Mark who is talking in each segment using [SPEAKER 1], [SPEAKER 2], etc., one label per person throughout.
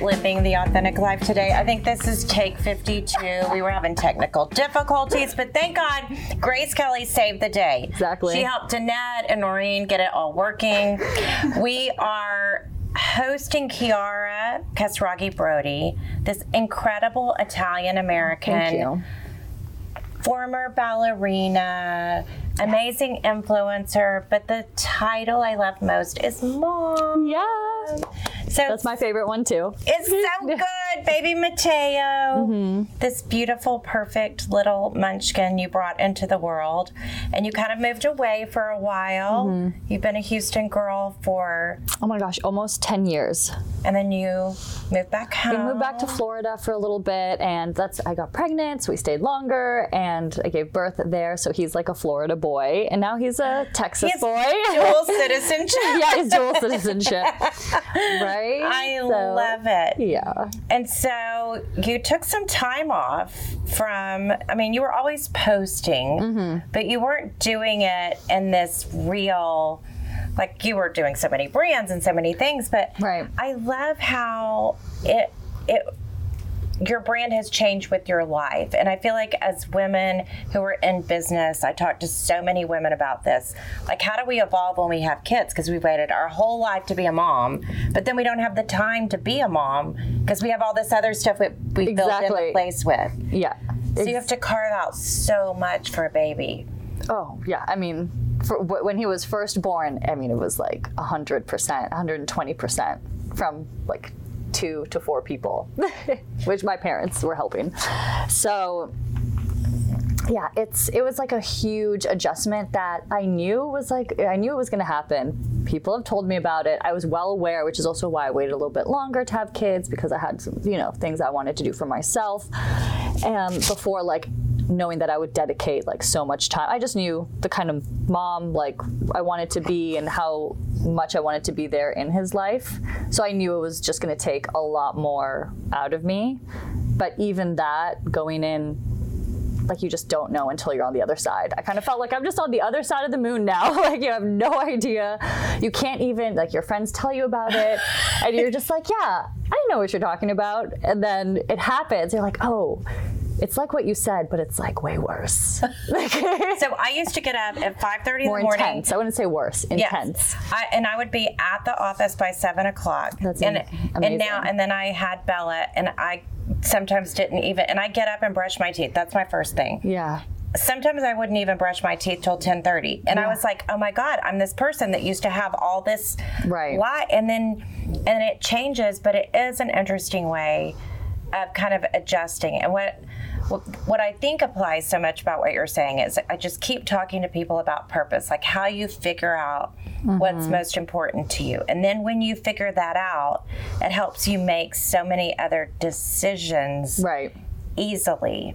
[SPEAKER 1] living the authentic life today. I think this is take 52. We were having technical difficulties, but thank God Grace Kelly saved the day.
[SPEAKER 2] Exactly.
[SPEAKER 1] She helped Annette and Noreen get it all working. we are hosting Chiara Casraghi Brody, this incredible Italian
[SPEAKER 2] Thank
[SPEAKER 1] American
[SPEAKER 2] you.
[SPEAKER 1] former ballerina, amazing influencer, but the title I love most is mom.
[SPEAKER 2] Yeah.
[SPEAKER 1] So
[SPEAKER 2] That's my favorite one too.
[SPEAKER 1] it's so good, baby Mateo.
[SPEAKER 2] Mm-hmm.
[SPEAKER 1] This beautiful, perfect little munchkin you brought into the world, and you kind of moved away for a while.
[SPEAKER 2] Mm-hmm.
[SPEAKER 1] You've been a Houston girl for,
[SPEAKER 2] Oh my gosh, almost 10 years.
[SPEAKER 1] and then you moved back home.
[SPEAKER 2] We moved back to Florida for a little bit and that's I got pregnant, so we stayed longer and I gave birth there, so he's like a Florida boy and now he's a Texas
[SPEAKER 1] Yes,
[SPEAKER 2] boy.
[SPEAKER 1] dual citizenship.
[SPEAKER 2] yeah, he's dual citizenship. right?
[SPEAKER 1] I
[SPEAKER 2] So,
[SPEAKER 1] love it.
[SPEAKER 2] Yeah.
[SPEAKER 1] And so you took some time off from, I mean, you were always posting, but you weren't doing it in this real, like you were doing so many brands and so many things, but
[SPEAKER 2] Right.
[SPEAKER 1] I love how it, it, your brand has changed with your life. And I feel like as women who are in business, I talk to so many women about this. Like, how do we evolve when we have kids? Because we waited our whole life to be a mom, but then we don't have the time to be a mom because we have all this other stuff we, we built in
[SPEAKER 2] Exactly.
[SPEAKER 1] the place with.
[SPEAKER 2] Yeah.
[SPEAKER 1] So you have to carve out so much for a baby.
[SPEAKER 2] Oh yeah, I mean, for, wh- when he was first born, I mean it was like hundred percent, hundred and twenty percent from like two to four people, which my parents were helping. So yeah, it's it was like a huge adjustment that I knew was like I knew it was going to happen. People have told me about it. I was well aware, which is also why I waited a little bit longer to have kids because I had some, you know, things I wanted to do for myself. And before like knowing that I would dedicate like so much time. I just knew the kind of mom like I wanted to be and how much I wanted to be there in his life. So I knew it was just going to take a lot more out of me. But even that going in like you just don't know until you're on the other side. I kind of felt like I'm just on the other side of the moon now. like you have no idea. You can't even like your friends tell you about it, and you're just like, yeah, I know what you're talking about. And then it happens. You're like, oh. It's like what you said, but it's like way worse.
[SPEAKER 1] So I used to get up at 5.30 in the
[SPEAKER 2] More
[SPEAKER 1] morning.
[SPEAKER 2] intense. I wouldn't say worse.
[SPEAKER 1] Yes.
[SPEAKER 2] Intense.
[SPEAKER 1] I, and I would be at the office by seven o'clock.
[SPEAKER 2] That's
[SPEAKER 1] and,
[SPEAKER 2] am-
[SPEAKER 1] and now
[SPEAKER 2] amazing.
[SPEAKER 1] and then I had Bella and I sometimes didn't even and I get up and brush my teeth. That's my first thing.
[SPEAKER 2] Yeah.
[SPEAKER 1] Sometimes I wouldn't even brush my teeth till ten thirty. And I was like, Oh my God, I'm this person that used to have all this
[SPEAKER 2] Right.
[SPEAKER 1] why and then and it changes, but it is an interesting way of kind of adjusting. And what what- what I think applies so much about what you're saying is I just keep talking to people about purpose, like how you figure out what's most important to you. And then when you figure that out, it helps you make so many other decisions
[SPEAKER 2] Right.
[SPEAKER 1] easily.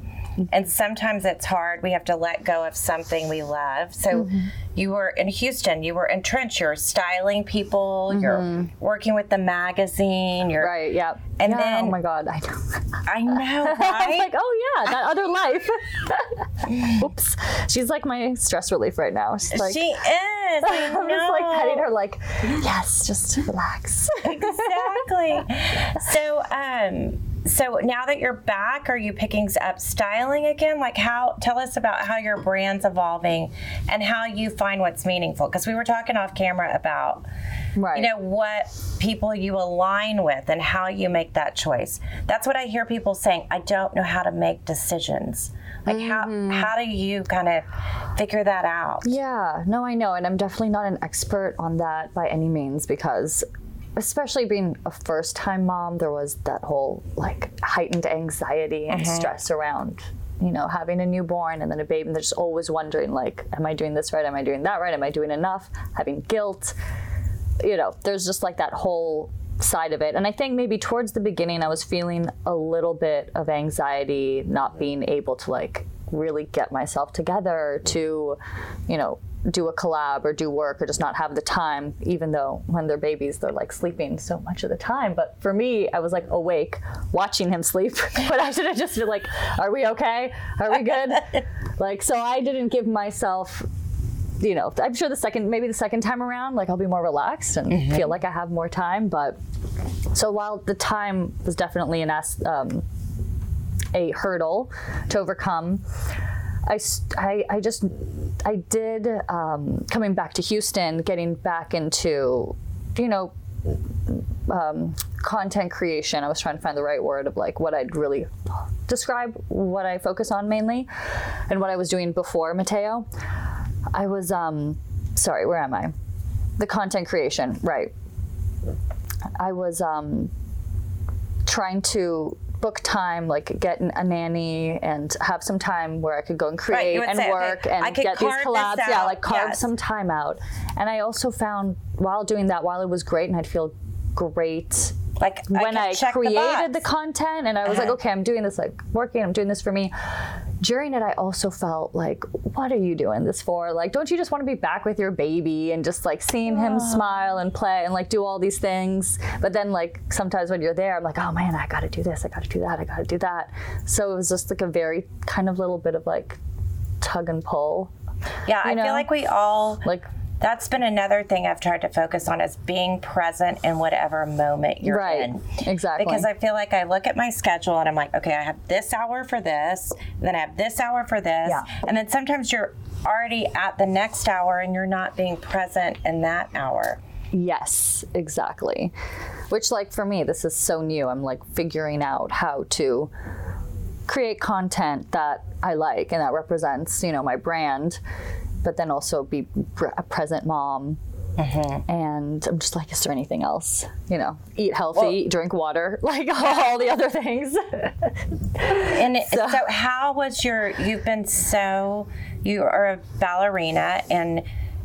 [SPEAKER 1] And sometimes it's hard. We have to let go of something we love. So
[SPEAKER 2] Mm-hmm.
[SPEAKER 1] you were in Houston, you were entrenched, you're styling people, you're working with the magazine, you're
[SPEAKER 2] Mm-hmm. Right. Yep.
[SPEAKER 1] And
[SPEAKER 2] Yeah,
[SPEAKER 1] then-
[SPEAKER 2] oh my god, I know.
[SPEAKER 1] I know,
[SPEAKER 2] I was
[SPEAKER 1] right?
[SPEAKER 2] like, oh yeah, that other life. Oops. She's like my stress relief right now. She's like,
[SPEAKER 1] she is. I
[SPEAKER 2] I'm
[SPEAKER 1] know.
[SPEAKER 2] just like petting her, like, yes, just relax.
[SPEAKER 1] exactly. So um so now that you're back, are you picking up styling again? Like how tell us about how your brand's evolving and how you find what's meaningful because we were talking off camera about
[SPEAKER 2] right.
[SPEAKER 1] you know what people you align with and how you make that choice that's what i hear people saying i don't know how to make decisions like how how do you kind of figure that out
[SPEAKER 2] Mm-hmm. Yeah, no, I know. And I'm definitely not an expert on that by any means because, especially being a first time mom, there was that whole like heightened anxiety
[SPEAKER 1] Mm-hmm.
[SPEAKER 2] and stress around, you know, having a newborn and then a baby. And they're just always wondering, like, am I doing this right? Am I doing that right? Am I doing enough? Having guilt. You know, there's just like that whole side of it. And I think maybe towards the beginning, I was feeling a little bit of anxiety, not being able to like really get myself together to, you know, do a collab or do work or just not have the time, even though when they're babies, they're like sleeping so much of the time. But for me, I was like awake watching him sleep, but I should have just been like, are we okay? Are we good? like, so I didn't give myself you know, I'm sure the second, maybe the second time around, like I'll be more relaxed and feel like I have more time. But So while the time was definitely an as- um, a hurdle to overcome, I, st- I, I just I did um, coming back to Houston, getting back into you know um, content creation. I was trying to find the right word of like what I'd really describe what I focus on mainly, and what I was doing before Mateo. I was um, sorry, where am I? The content creation, right? I was um, trying to book time, like get an- a nanny and have some time where I could go and
[SPEAKER 1] Right,
[SPEAKER 2] create
[SPEAKER 1] you would
[SPEAKER 2] and
[SPEAKER 1] say, okay,
[SPEAKER 2] work and
[SPEAKER 1] I could
[SPEAKER 2] get these
[SPEAKER 1] carve
[SPEAKER 2] collabs.
[SPEAKER 1] this
[SPEAKER 2] Yeah,
[SPEAKER 1] out,
[SPEAKER 2] like carve
[SPEAKER 1] yes.
[SPEAKER 2] some time out. And I also found while doing that, while it was great and I'd feel great
[SPEAKER 1] Like
[SPEAKER 2] when I,
[SPEAKER 1] I, could check
[SPEAKER 2] created
[SPEAKER 1] box. Uh-huh.
[SPEAKER 2] the, content and I was like, okay, I'm doing this like working, I'm doing this for me. During it, I also felt like, what are you doing this for? Like, don't you just want to be back with your baby and just like seeing him smile and play and like do all these things? But then, like, sometimes when you're there, I'm like, oh man, I got to do this, I got to do that, I got to do that. So it was just like a very kind of little bit of like tug and pull.
[SPEAKER 1] yeah,
[SPEAKER 2] you
[SPEAKER 1] I
[SPEAKER 2] know?
[SPEAKER 1] feel like we all
[SPEAKER 2] Like,
[SPEAKER 1] That's been another thing I've tried to focus on is being present in whatever moment you're
[SPEAKER 2] Right.
[SPEAKER 1] in.
[SPEAKER 2] Exactly.
[SPEAKER 1] Because I feel like I look at my schedule and I'm like, okay, I have this hour for this, and then I have this hour for this.
[SPEAKER 2] Yeah.
[SPEAKER 1] And then sometimes you're already at the next hour and you're not being present in that hour.
[SPEAKER 2] Yes, exactly. Which, like, for me, this is so new. I'm like figuring out how to create content that I like and that represents, you know, my brand, but then also be pr- a present mom. And I'm just like, is there anything else? You know, eat healthy, drink water, like all the other things.
[SPEAKER 1] And it- so, how was your? You've been so you are a ballerina and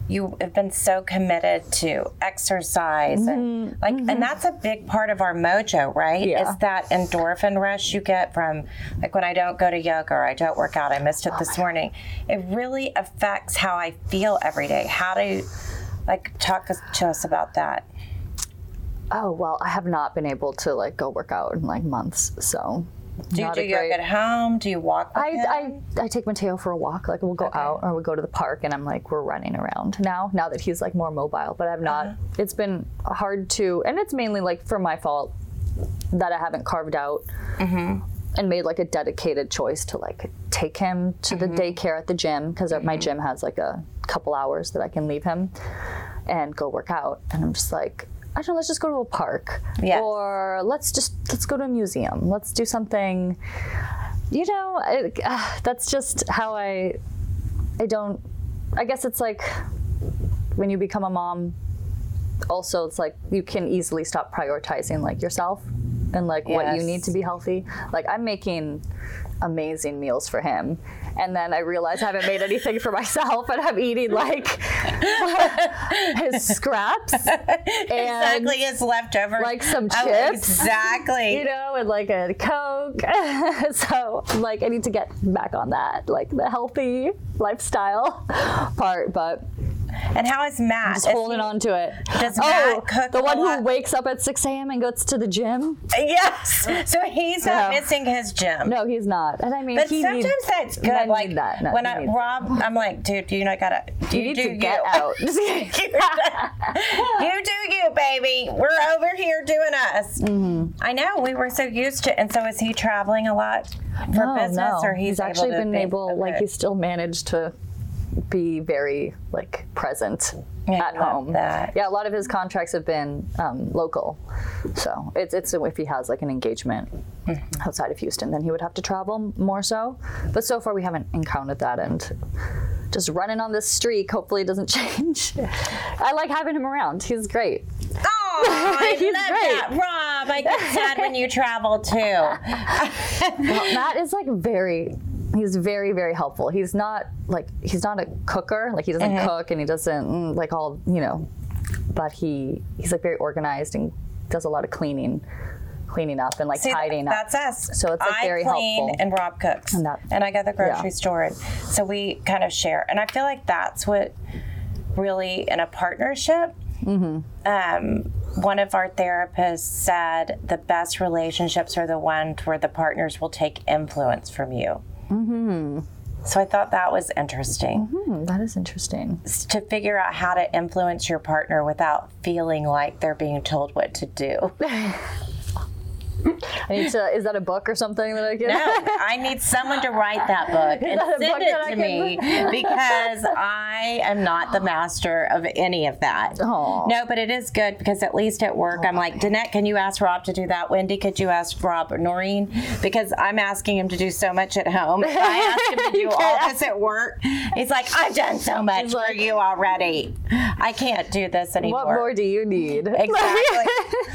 [SPEAKER 1] you have been so committed to exercise and like and that's a big part of our mojo right
[SPEAKER 2] Mm-hmm, Yeah.
[SPEAKER 1] is that endorphin rush you get from like when i don't go to yoga or i don't work out i missed
[SPEAKER 2] Oh,
[SPEAKER 1] it this morning it really affects how i feel every day how do you like talk us- to us about that
[SPEAKER 2] oh, well, I have not been able to like go work out in like months. So,
[SPEAKER 1] do you
[SPEAKER 2] Not
[SPEAKER 1] do
[SPEAKER 2] a
[SPEAKER 1] yoga
[SPEAKER 2] great-
[SPEAKER 1] at home do you walk with him?
[SPEAKER 2] I, I, I take Mateo for a walk. Like we'll go out or we go to the park and I'm like, we're running around now, now that he's like more mobile. But I've not, it's been hard to, and it's mainly like for my fault that I haven't carved out and made like a dedicated choice to like take him to the daycare at the gym because my gym has like a couple hours that I can leave him and go work out. And I'm just like, I don't know, let's just go to a park.
[SPEAKER 1] Yes.
[SPEAKER 2] Or let's just, let's go to a museum. Let's do something you know I, uh, that's just how i i don't i guess it's like when you become a mom also it's like you can easily stop prioritizing like yourself and like what you
[SPEAKER 1] Yes.
[SPEAKER 2] need to be healthy like i'm making amazing meals for him and then i realize i haven't made anything for myself and i'm eating like his scraps and
[SPEAKER 1] exactly is leftover
[SPEAKER 2] like some
[SPEAKER 1] Oh,
[SPEAKER 2] chips.
[SPEAKER 1] exactly
[SPEAKER 2] you know, and like a Coke. so, like, I need to get back on that, like the healthy lifestyle part, but
[SPEAKER 1] And how is Matt?
[SPEAKER 2] just
[SPEAKER 1] Is
[SPEAKER 2] holding
[SPEAKER 1] he-
[SPEAKER 2] on to it.
[SPEAKER 1] Does
[SPEAKER 2] oh,
[SPEAKER 1] Matt cook
[SPEAKER 2] the
[SPEAKER 1] a
[SPEAKER 2] one who
[SPEAKER 1] lot?
[SPEAKER 2] wakes up at 6 a.m. and goes to the gym?
[SPEAKER 1] Yes. So he's not
[SPEAKER 2] No.
[SPEAKER 1] missing his gym.
[SPEAKER 2] No, he's not. And I mean,
[SPEAKER 1] But
[SPEAKER 2] he
[SPEAKER 1] sometimes
[SPEAKER 2] needs,
[SPEAKER 1] that's good.
[SPEAKER 2] men need
[SPEAKER 1] like
[SPEAKER 2] that. No,
[SPEAKER 1] when
[SPEAKER 2] he
[SPEAKER 1] I
[SPEAKER 2] needs
[SPEAKER 1] Rob, I'm like, dude, you know, gotta you,
[SPEAKER 2] you need
[SPEAKER 1] do
[SPEAKER 2] to get
[SPEAKER 1] you.
[SPEAKER 2] out. Just kidding.
[SPEAKER 1] you do you, baby. We're over here doing us.
[SPEAKER 2] Mm-hmm.
[SPEAKER 1] I know we were so used to, and so is he traveling a lot for
[SPEAKER 2] No,
[SPEAKER 1] business,
[SPEAKER 2] Oh, no.
[SPEAKER 1] or he's, able
[SPEAKER 2] actually
[SPEAKER 1] to
[SPEAKER 2] been
[SPEAKER 1] be-
[SPEAKER 2] able, like
[SPEAKER 1] okay.
[SPEAKER 2] he's still managed to be very like present
[SPEAKER 1] I
[SPEAKER 2] at
[SPEAKER 1] love
[SPEAKER 2] home.
[SPEAKER 1] that.
[SPEAKER 2] Yeah, a lot of his contracts have been um, local, so it's it's if he has like an engagement
[SPEAKER 1] Mm-hmm.
[SPEAKER 2] outside of Houston, then he would have to travel more so. But so far, we haven't encountered that, and just running on this streak. Hopefully, it doesn't change. I like having him around. He's great.
[SPEAKER 1] Oh, I love
[SPEAKER 2] He's
[SPEAKER 1] that, Rob. I get sad when you travel too.
[SPEAKER 2] Matt is like very he's very very helpful. He's not like he's not a cooker. Like he doesn't
[SPEAKER 1] Uh-huh.
[SPEAKER 2] cook and he doesn't mm, like all, you know, but he he's like very organized and does a lot of cleaning cleaning up and like
[SPEAKER 1] See,
[SPEAKER 2] tidying up.
[SPEAKER 1] That's us.
[SPEAKER 2] So it's, like,
[SPEAKER 1] I
[SPEAKER 2] very
[SPEAKER 1] clean
[SPEAKER 2] helpful.
[SPEAKER 1] and Rob cooks, and,
[SPEAKER 2] that-
[SPEAKER 1] I go to the grocery
[SPEAKER 2] yeah.
[SPEAKER 1] store, and so we kind of share. And I feel like that's what really in a partnership.
[SPEAKER 2] Mm-hmm.
[SPEAKER 1] Um, one of our therapists said the best
[SPEAKER 2] Mm-hmm.
[SPEAKER 1] relationships are the ones where the partners will take influence from you. So I thought that was interesting
[SPEAKER 2] Hmm, that is interesting.
[SPEAKER 1] s- to figure out how to influence your partner without feeling like they're being told what to do.
[SPEAKER 2] I need to. Is that a book or something that I can?
[SPEAKER 1] No, I need someone to write that book and
[SPEAKER 2] that a
[SPEAKER 1] send
[SPEAKER 2] book
[SPEAKER 1] it
[SPEAKER 2] that I
[SPEAKER 1] to
[SPEAKER 2] can-
[SPEAKER 1] me because I am not the master of any of that.
[SPEAKER 2] Aw.
[SPEAKER 1] No, but it is good because at least at work, I'm like, Danette, can you ask Rob to do that? Wendy, could you ask Rob or Noreen? Because I'm asking him to do so much at home. If I ask him to do all this at work, he's like, I've done so much
[SPEAKER 2] He's
[SPEAKER 1] for
[SPEAKER 2] like-
[SPEAKER 1] you already. I can't do this anymore.
[SPEAKER 2] What more do you need?
[SPEAKER 1] Exactly.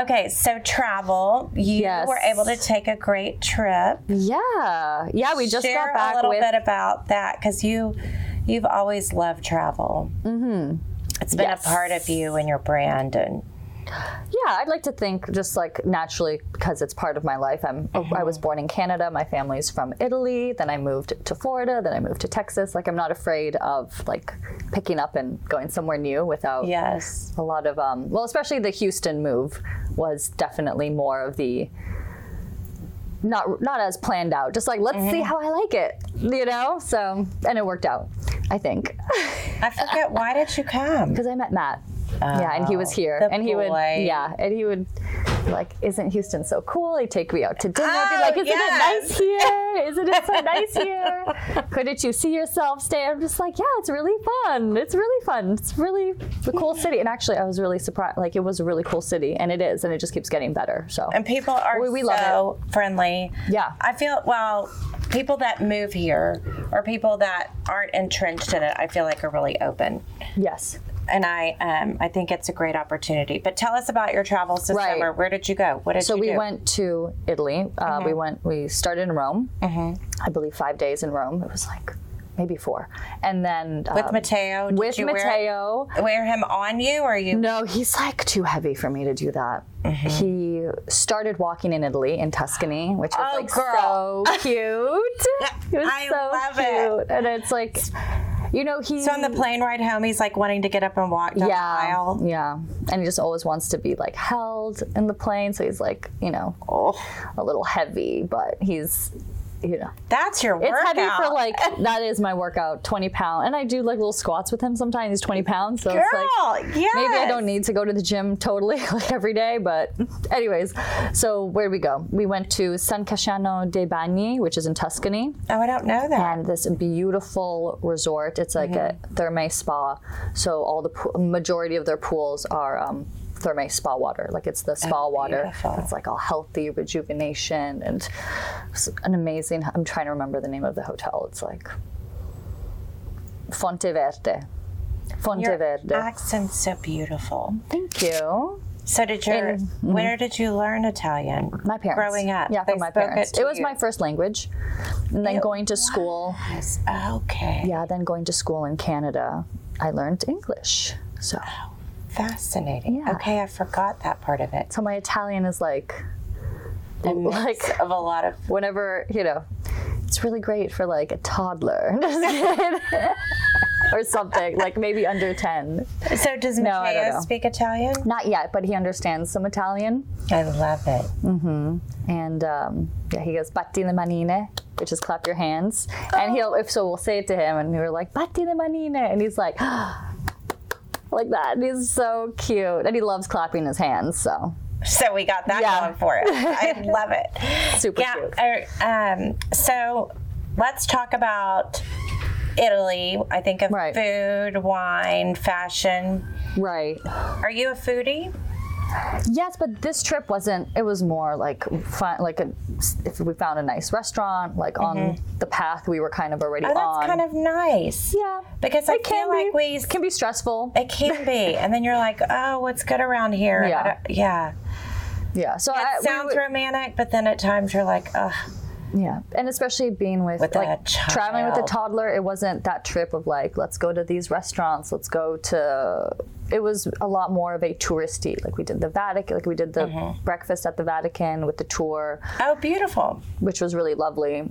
[SPEAKER 1] okay, so travel. You
[SPEAKER 2] Yes.
[SPEAKER 1] were able to take a great trip.
[SPEAKER 2] yeah, yeah. We just
[SPEAKER 1] Share
[SPEAKER 2] got back
[SPEAKER 1] a little
[SPEAKER 2] with.
[SPEAKER 1] bit about that because you, you've always loved travel. Mm-hmm. It's been
[SPEAKER 2] Yes.
[SPEAKER 1] a part of you and your brand, and
[SPEAKER 2] Yeah, I'd like to think just like naturally because it's part of my life. I'm I was born in Canada. My family's from Italy. Then I moved to Florida. Then I moved to Texas. Like I'm not afraid of like picking up and going somewhere new without
[SPEAKER 1] yes,
[SPEAKER 2] a lot of um well especially the Houston move was definitely more of the not not as planned out just like let's see how I like it you know so and it worked out I think
[SPEAKER 1] I forget why did you come?
[SPEAKER 2] because I met Matt. yeah, and he was here,
[SPEAKER 1] Oh, the
[SPEAKER 2] and he would,
[SPEAKER 1] boy.
[SPEAKER 2] yeah, and he would, like, isn't Houston so cool? He'd take me out to dinner, I'd
[SPEAKER 1] Oh,
[SPEAKER 2] be like, isn't
[SPEAKER 1] yes.
[SPEAKER 2] it nice here? Isn't it so nice here? Couldn't you see yourself stay? I'm just like, yeah, it's really fun. It's really fun. It's really a cool city. And actually, I was really surprised. Like, it was a really cool city, and it is, and it just keeps getting better. So,
[SPEAKER 1] And people are
[SPEAKER 2] We- we love
[SPEAKER 1] so friendly.
[SPEAKER 2] Yeah.
[SPEAKER 1] I feel well. People that move here or people that aren't entrenched in it, I feel like are really open.
[SPEAKER 2] yes.
[SPEAKER 1] and I um, I think it's a great opportunity. But tell us about your travels this
[SPEAKER 2] Right.
[SPEAKER 1] summer. Where did you go? What did
[SPEAKER 2] So
[SPEAKER 1] you
[SPEAKER 2] we
[SPEAKER 1] do? Mm-hmm.
[SPEAKER 2] went to Italy. Uh, We went. We started in Rome. I believe five days in Rome. It was like maybe four, and then
[SPEAKER 1] with
[SPEAKER 2] um,
[SPEAKER 1] Mateo. Did
[SPEAKER 2] with
[SPEAKER 1] you
[SPEAKER 2] Mateo.
[SPEAKER 1] Wear, wear him on you, or you?
[SPEAKER 2] No, he's like too heavy for me to do that.
[SPEAKER 1] Mm-hmm.
[SPEAKER 2] He started walking in Italy, in Tuscany, which was
[SPEAKER 1] Oh,
[SPEAKER 2] like
[SPEAKER 1] girl.
[SPEAKER 2] so cute. It was
[SPEAKER 1] I
[SPEAKER 2] so
[SPEAKER 1] love it.
[SPEAKER 2] cute. And it's like, you know, he.
[SPEAKER 1] So on the plane ride home, he's like wanting to get up and walk down the
[SPEAKER 2] yeah,
[SPEAKER 1] aisle.
[SPEAKER 2] yeah, and he just always wants to be like held in the plane, so he's like, you know, a little heavy, but he's, you know,
[SPEAKER 1] That's your
[SPEAKER 2] it's
[SPEAKER 1] workout.
[SPEAKER 2] heavy for like that is my workout, twenty pound, and I do like little squats with him sometimes. He's twenty pounds, so it's like
[SPEAKER 1] girl. yes.
[SPEAKER 2] Maybe I don't need to go to the gym totally like every day, but anyways. So where did we go? We went to San Casciano dei Bagni, which is in Tuscany,
[SPEAKER 1] Oh, I don't know that.
[SPEAKER 2] and this beautiful resort. It's like
[SPEAKER 1] Mm-hmm.
[SPEAKER 2] a therme spa. So all the po- majority of their pools are um, therme spa water. Like it's the spa water.
[SPEAKER 1] beautiful.
[SPEAKER 2] It's like all healthy rejuvenation and it's an amazing. I'm trying to remember the name of the hotel. It's like Fonte Verde. Fonte
[SPEAKER 1] Your
[SPEAKER 2] Verde.
[SPEAKER 1] accent's so beautiful.
[SPEAKER 2] Thank you.
[SPEAKER 1] So did your?
[SPEAKER 2] And- mm-hmm.
[SPEAKER 1] Where did you learn Italian?
[SPEAKER 2] My parents.
[SPEAKER 1] Growing up,
[SPEAKER 2] Yeah,
[SPEAKER 1] they
[SPEAKER 2] from my
[SPEAKER 1] spoke
[SPEAKER 2] parents.
[SPEAKER 1] It, to
[SPEAKER 2] It was
[SPEAKER 1] you.
[SPEAKER 2] my first language. And then going to school.
[SPEAKER 1] Yes. Okay.
[SPEAKER 2] Yeah, then going to school in Canada, I learned English. So,
[SPEAKER 1] Fascinating.
[SPEAKER 2] Yeah.
[SPEAKER 1] Okay, I forgot that part of it.
[SPEAKER 2] so my Italian is like,
[SPEAKER 1] A mix
[SPEAKER 2] like
[SPEAKER 1] of a lot of
[SPEAKER 2] whenever, you know, it's really great for like a toddler. Just kidding. or something, like maybe under 10.
[SPEAKER 1] So does
[SPEAKER 2] No, I don't
[SPEAKER 1] Matteo
[SPEAKER 2] know.
[SPEAKER 1] speak Italian?
[SPEAKER 2] Not yet, but he understands some Italian.
[SPEAKER 1] I love it.
[SPEAKER 2] and um, yeah, he goes batti le manine, which is clap your hands. And he'll if so we'll say it to him, and we were like batti le manine, and he's like like that. And he's so cute, and he loves clapping his hands. So
[SPEAKER 1] So we got that
[SPEAKER 2] Yeah.
[SPEAKER 1] going for it. I love it.
[SPEAKER 2] super cute.
[SPEAKER 1] yeah. er, um, so let's talk about Italy. I think of
[SPEAKER 2] Right.
[SPEAKER 1] food, wine, fashion.
[SPEAKER 2] Right.
[SPEAKER 1] Are you a foodie?
[SPEAKER 2] Yes, but this trip wasn't. It was more like fun, like a, if we found a nice restaurant, like on the path we were kind of already
[SPEAKER 1] Mm-hmm. Oh, that's
[SPEAKER 2] on.
[SPEAKER 1] kind of nice.
[SPEAKER 2] Um, yeah,
[SPEAKER 1] Because I
[SPEAKER 2] it can
[SPEAKER 1] feel like
[SPEAKER 2] be,
[SPEAKER 1] we.
[SPEAKER 2] can be stressful.
[SPEAKER 1] It can be, and then you're like, "Oh, what's good around here?" I
[SPEAKER 2] Yeah.
[SPEAKER 1] don't- yeah.
[SPEAKER 2] Yeah. So I,
[SPEAKER 1] It
[SPEAKER 2] we
[SPEAKER 1] sounds
[SPEAKER 2] would-
[SPEAKER 1] romantic, but then at times you're like, "Ugh,
[SPEAKER 2] Yeah, and especially being with,
[SPEAKER 1] With a
[SPEAKER 2] like traveling with a
[SPEAKER 1] child.
[SPEAKER 2] toddler, it wasn't that trip of like let's go to these restaurants, let's go to. It was a lot more of a touristy. Like we did the Vatican, like we did the breakfast at the Vatican with the tour,
[SPEAKER 1] oh, beautiful."
[SPEAKER 2] which was really lovely.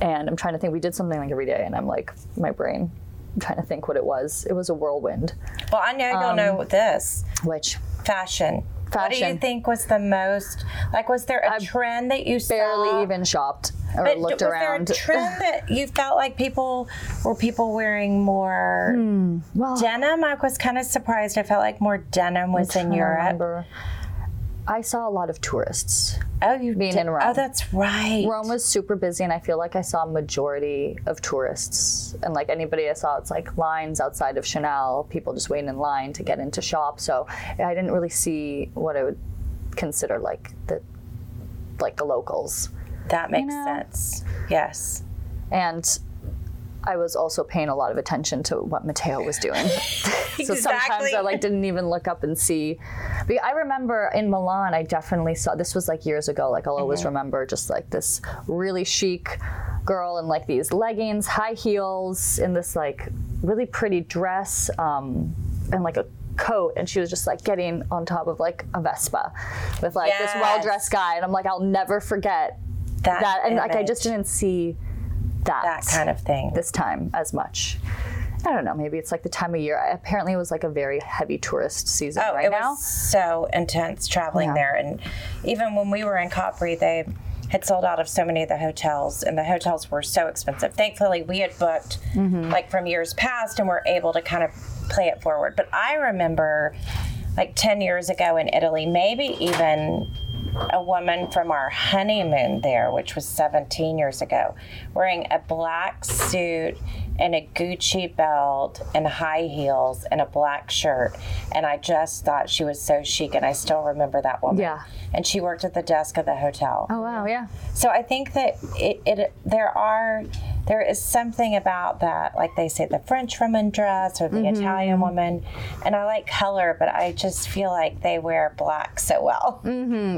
[SPEAKER 2] And I'm trying to think, we did something like every day, and I'm like my brain. I'm trying to think what it was. It was a whirlwind,
[SPEAKER 1] Well, I know you'll know this.
[SPEAKER 2] which
[SPEAKER 1] fashion. What do you
[SPEAKER 2] Um, Fashion.
[SPEAKER 1] think was the most like? Was there a trend that you
[SPEAKER 2] barely
[SPEAKER 1] saw?
[SPEAKER 2] even shopped. or
[SPEAKER 1] Uh, But
[SPEAKER 2] looked
[SPEAKER 1] was
[SPEAKER 2] around.
[SPEAKER 1] there a trend that you felt like people were people wearing more
[SPEAKER 2] Hmm, well,
[SPEAKER 1] denim? I was kind of surprised. I felt like more denim was in
[SPEAKER 2] I
[SPEAKER 1] Europe.
[SPEAKER 2] remember. I saw a lot of tourists.
[SPEAKER 1] Oh, you
[SPEAKER 2] Being
[SPEAKER 1] did-
[SPEAKER 2] in Rome.
[SPEAKER 1] Oh, that's right.
[SPEAKER 2] Rome was super busy, and I feel like I saw a majority of tourists. And like anybody I saw, it's like lines outside of Chanel, people just waiting in line to get into shops. So I didn't really see what I would consider like the like the locals.
[SPEAKER 1] That makes
[SPEAKER 2] know.
[SPEAKER 1] sense. Yes.
[SPEAKER 2] And I was also paying a lot of attention to what Mateo was doing. So sometimes I like didn't even look up and see. But I remember in Milan, I definitely saw this was like years ago. Like I'll always
[SPEAKER 1] Mm-hmm.
[SPEAKER 2] remember just like this really chic girl in like these leggings, high heels, in this like really pretty dress, um, and like a coat and she was just like getting on top of like a Vespa with like this
[SPEAKER 1] Yes.
[SPEAKER 2] well-dressed guy and I'm like I'll never forget
[SPEAKER 1] that,
[SPEAKER 2] that and like I
[SPEAKER 1] image,
[SPEAKER 2] just didn't see that
[SPEAKER 1] that kind of thing.
[SPEAKER 2] this time as much. I don't know. Maybe it's like the time of year. I- Apparently, it was like a very heavy tourist season
[SPEAKER 1] Oh,
[SPEAKER 2] right
[SPEAKER 1] it
[SPEAKER 2] now.
[SPEAKER 1] was so intense traveling
[SPEAKER 2] Yeah.
[SPEAKER 1] there, and even when we were in Capri, they had sold out of so many of the hotels, and the hotels were so expensive. Thankfully, we had booked like from years past, and were able to kind of play it forward. But I remember, like ten years ago in Italy, maybe even a woman from our honeymoon there, which was 17 years ago, wearing a black suit and a Gucci belt and high heels and a black shirt. And I just thought she was so chic, and I still remember that woman.
[SPEAKER 2] Yeah.
[SPEAKER 1] And she worked at the desk of the hotel.
[SPEAKER 2] Oh wow, yeah.
[SPEAKER 1] So I think that it, it there are there is something about that, like they say, the French woman dress or the
[SPEAKER 2] Mm-hmm.
[SPEAKER 1] Italian woman, and I like color, but I just feel like they wear black so well.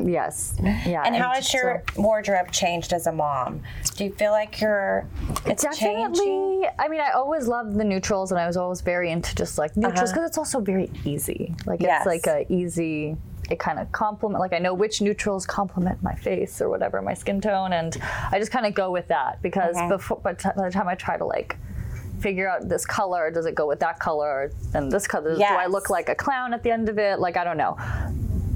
[SPEAKER 2] Yes, yeah.
[SPEAKER 1] And how has your wardrobe changed as a mom? Do you feel like you're it's
[SPEAKER 2] Definitely.
[SPEAKER 1] changing?
[SPEAKER 2] I mean, I always loved the neutrals, and I was always very into just like neutrals because it's also very easy. Like
[SPEAKER 1] Uh-huh. Yes.
[SPEAKER 2] it's like a easy. It kind of complement. Like I know which neutrals complement my face or whatever my skin tone, and I just kind of go with that because
[SPEAKER 1] Mm-hmm.
[SPEAKER 2] before. But t- by the time I try to like figure out this color, does it go with that color and this color? Do I
[SPEAKER 1] Yes.
[SPEAKER 2] look like a clown at the end of it? Like I don't know.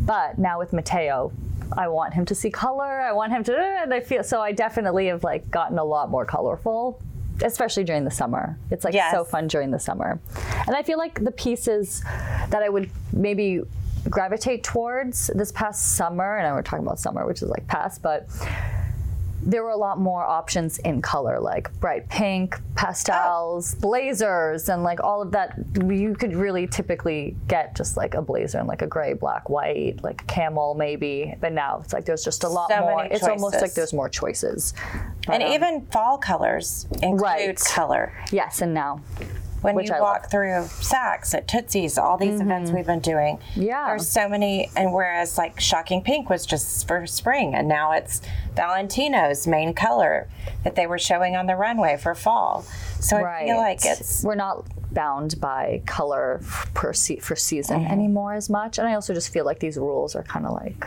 [SPEAKER 2] But now with Mateo, I want him to see color. I want him to. And I feel so. I definitely have like gotten a lot more colorful, especially during the summer. It's like
[SPEAKER 1] Yes.
[SPEAKER 2] so fun during the summer, and I feel like the pieces that I would maybe gravitate towards this past summer, and I were talking about summer, which is like past, but. There were a lot more options in color, like bright pink, pastels,
[SPEAKER 1] Oh.
[SPEAKER 2] blazers, and like all of that. You could really typically get just like a blazer and like a gray, black, white, like a camel maybe. But now it's like there's just a lot
[SPEAKER 1] So
[SPEAKER 2] more.
[SPEAKER 1] many
[SPEAKER 2] It's almost like
[SPEAKER 1] choices.
[SPEAKER 2] there's more choices. um,
[SPEAKER 1] And even fall colors include
[SPEAKER 2] Right.
[SPEAKER 1] color.
[SPEAKER 2] Yes, and now
[SPEAKER 1] When
[SPEAKER 2] Which
[SPEAKER 1] you
[SPEAKER 2] I Mm-hmm.
[SPEAKER 1] walk through Saks at Tootsie's, all these events we've been doing,
[SPEAKER 2] Yeah.
[SPEAKER 1] there's so many. And whereas like Shocking Pink was just for spring, and now it's Valentino's main color that they were showing on the runway for fall. So I feel like it's
[SPEAKER 2] we're not bound by color f- per se- for season
[SPEAKER 1] Mm-hmm.
[SPEAKER 2] anymore as much. And I also just feel like these rules are kind of like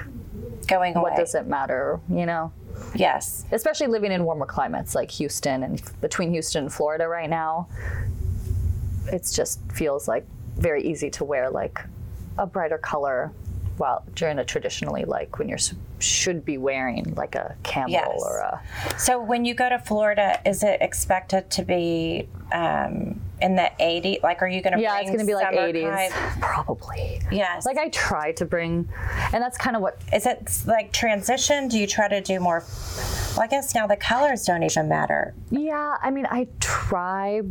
[SPEAKER 1] going away.
[SPEAKER 2] what does it matter, you know?
[SPEAKER 1] yes,
[SPEAKER 2] especially living in warmer climates like Houston and between Houston and Florida right now, it's just feels like very easy to wear like a brighter color while during a traditionally like when you're s- should be wearing like a camel
[SPEAKER 1] Yes.
[SPEAKER 2] or a
[SPEAKER 1] So when you go to Florida, is it expected to be um, in the 80? Like, are you going to
[SPEAKER 2] yeah, it's
[SPEAKER 1] bring
[SPEAKER 2] gonna be like
[SPEAKER 1] summer
[SPEAKER 2] 80s
[SPEAKER 1] type-
[SPEAKER 2] probably.
[SPEAKER 1] Yes.
[SPEAKER 2] Like I try to bring, and that's kind of what
[SPEAKER 1] is it like transition? Do you try to do more? Well, I guess now the colors don't even matter.
[SPEAKER 2] Yeah, I mean, I try.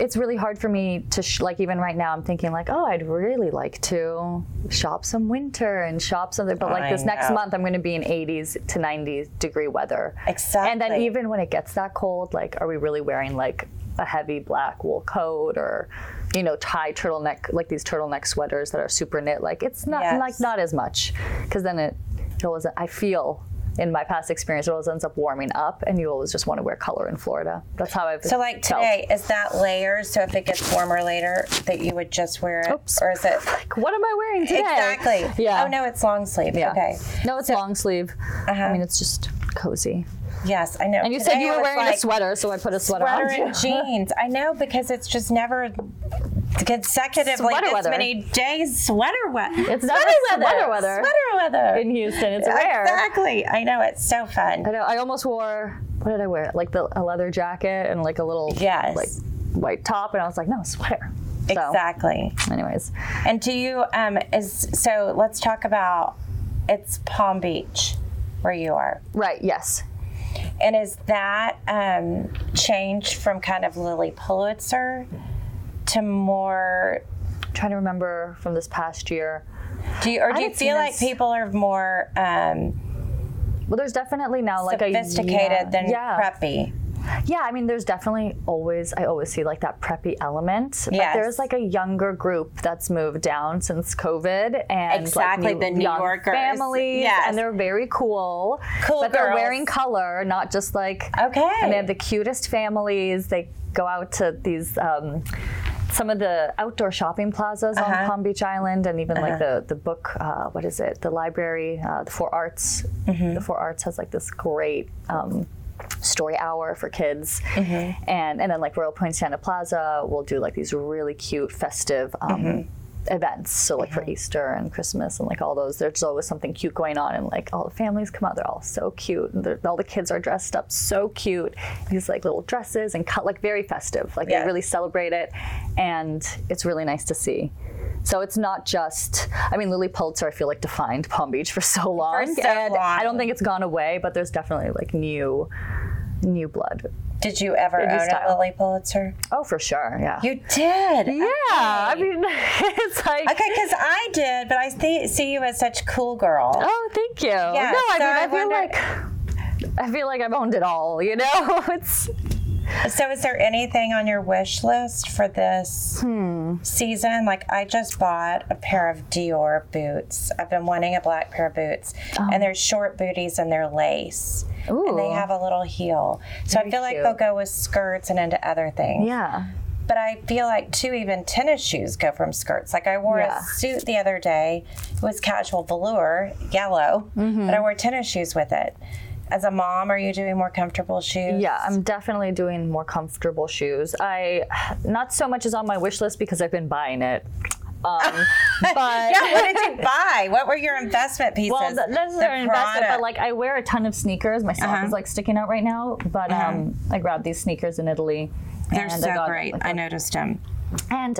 [SPEAKER 2] It's really hard for me to sh- like even right now. I'm thinking like, oh, I'd really like to shop some winter and shop something. But like
[SPEAKER 1] I
[SPEAKER 2] this next
[SPEAKER 1] know.
[SPEAKER 2] month, I'm going to be in 80s to 90s degree weather.
[SPEAKER 1] Exactly.
[SPEAKER 2] And then even when it gets that cold, like, are we really wearing like a heavy black wool coat or, you know, tie turtleneck like these turtleneck sweaters that are super knit? Like it's not
[SPEAKER 1] Yes.
[SPEAKER 2] like not as much because then it it always I feel in my past experience it always ends up warming up and you always just want to wear color in Florida. That's how I've
[SPEAKER 1] So like
[SPEAKER 2] felt.
[SPEAKER 1] today, is that layers? So if it gets warmer later, that you would just wear it,
[SPEAKER 2] Oops.
[SPEAKER 1] or is it
[SPEAKER 2] Like, what am I wearing today?
[SPEAKER 1] exactly?
[SPEAKER 2] Yeah.
[SPEAKER 1] Oh no, it's long sleeve.
[SPEAKER 2] Yeah.
[SPEAKER 1] Okay.
[SPEAKER 2] No, it's long sleeve. I mean, it's just cozy.
[SPEAKER 1] Yes, I know.
[SPEAKER 2] And you said
[SPEAKER 1] Today
[SPEAKER 2] you
[SPEAKER 1] I
[SPEAKER 2] were
[SPEAKER 1] was
[SPEAKER 2] wearing
[SPEAKER 1] like,
[SPEAKER 2] a sweater, so I put a sweater,
[SPEAKER 1] sweater
[SPEAKER 2] on.
[SPEAKER 1] and jeans. I know because it's just never consecutively
[SPEAKER 2] Sweater
[SPEAKER 1] this
[SPEAKER 2] weather.
[SPEAKER 1] many days sweater weather.
[SPEAKER 2] It's never sweater
[SPEAKER 1] Sweater
[SPEAKER 2] weather.
[SPEAKER 1] weather
[SPEAKER 2] In Houston, it's rare.
[SPEAKER 1] Exactly. I know it's so fun.
[SPEAKER 2] I know. I almost wore what did I wear? Like the a leather jacket and like a little
[SPEAKER 1] Yes.
[SPEAKER 2] like white top, and I was like, no sweater. So,
[SPEAKER 1] Exactly.
[SPEAKER 2] Anyways,
[SPEAKER 1] And do you um is so let's talk about it's Palm Beach where you are.
[SPEAKER 2] right? Yes.
[SPEAKER 1] And is that um changed from kind of Lily Pulitzer to more
[SPEAKER 2] trying to remember from this past year.
[SPEAKER 1] do you or do you
[SPEAKER 2] haven't seen
[SPEAKER 1] feel like
[SPEAKER 2] this.
[SPEAKER 1] people are more um
[SPEAKER 2] Well, there's definitely now like
[SPEAKER 1] sophisticated
[SPEAKER 2] a, yeah,
[SPEAKER 1] than
[SPEAKER 2] yeah.
[SPEAKER 1] preppy?
[SPEAKER 2] Yeah, I mean, there's definitely always, I always see like that preppy element. But
[SPEAKER 1] Yes.
[SPEAKER 2] there's like a younger group that's moved down since COVID and
[SPEAKER 1] Exactly,
[SPEAKER 2] like
[SPEAKER 1] the New
[SPEAKER 2] young
[SPEAKER 1] Yorkers.
[SPEAKER 2] families.
[SPEAKER 1] Yes.
[SPEAKER 2] And they're very cool.
[SPEAKER 1] Cool
[SPEAKER 2] But they're
[SPEAKER 1] girls. Oh,
[SPEAKER 2] wearing color, not just like.
[SPEAKER 1] Okay.
[SPEAKER 2] And they have the cutest families. They go out to these. Um, some of the outdoor shopping plazas on Palm Beach Island, and even like the the book, uh, what is it? The library, uh, the Four Arts. The Four Arts has like this great um, story hour for kids, and and then like Royal Poinsett Plaza will do like these really cute festive. Um, Events, so like for Easter and Christmas and like all those, there's always something cute going on, and like all the families come out, they're all so cute, and they're- all the kids are dressed up so cute, these like little dresses and cut like very festive, like
[SPEAKER 1] Yes.
[SPEAKER 2] they really celebrate it, and it's really nice to see. So it's not just, I mean, Lily Pulitzer, I feel like defined Palm Beach for so long,
[SPEAKER 1] so
[SPEAKER 2] and I
[SPEAKER 1] long.
[SPEAKER 2] don't think it's gone away, but there's definitely like new, new blood
[SPEAKER 1] Did you ever
[SPEAKER 2] do
[SPEAKER 1] own a
[SPEAKER 2] style.
[SPEAKER 1] Lily Pulitzer?
[SPEAKER 2] Oh, for sure. Yeah.
[SPEAKER 1] You did. Uh,
[SPEAKER 2] yeah. I mean, it's like.
[SPEAKER 1] Okay, because I did, but I see, see you as such cool girl.
[SPEAKER 2] Oh, thank you.
[SPEAKER 1] Yeah,
[SPEAKER 2] no, I
[SPEAKER 1] so
[SPEAKER 2] mean,
[SPEAKER 1] I
[SPEAKER 2] I, feel
[SPEAKER 1] wonder-
[SPEAKER 2] like I feel like I've owned it all. You know, it's
[SPEAKER 1] So, is there anything on your wish list for this
[SPEAKER 2] Hmm.
[SPEAKER 1] season? Like, I just bought a pair of Dior boots. I've been wanting a black pair of boots, and they're short booties and they're lace, and they
[SPEAKER 2] Oh. Ooh.
[SPEAKER 1] have a little heel. So, I
[SPEAKER 2] Very
[SPEAKER 1] feel like
[SPEAKER 2] cute.
[SPEAKER 1] they'll go with skirts and into other things.
[SPEAKER 2] yeah.
[SPEAKER 1] But I feel like too, even tennis shoes go from skirts. Like I wore
[SPEAKER 2] Yeah.
[SPEAKER 1] a suit the other day. It was casual velour, yellow,
[SPEAKER 2] Mm-hmm.
[SPEAKER 1] but I wore tennis shoes with it. As a mom, are you doing more comfortable shoes?
[SPEAKER 2] Yeah, I'm definitely doing more comfortable shoes. I not so much is on my wish list because I've been buying it. Um, but
[SPEAKER 1] Yeah, what did you buy? What were your investment pieces?
[SPEAKER 2] well, th- this is
[SPEAKER 1] The
[SPEAKER 2] an investment,
[SPEAKER 1] product. Uh-huh.
[SPEAKER 2] but like I wear a ton of sneakers. My sock is like sticking out right now, but um, I grabbed these sneakers in Italy.
[SPEAKER 1] they're
[SPEAKER 2] and
[SPEAKER 1] so
[SPEAKER 2] I got,
[SPEAKER 1] great.
[SPEAKER 2] like,
[SPEAKER 1] I noticed them.
[SPEAKER 2] And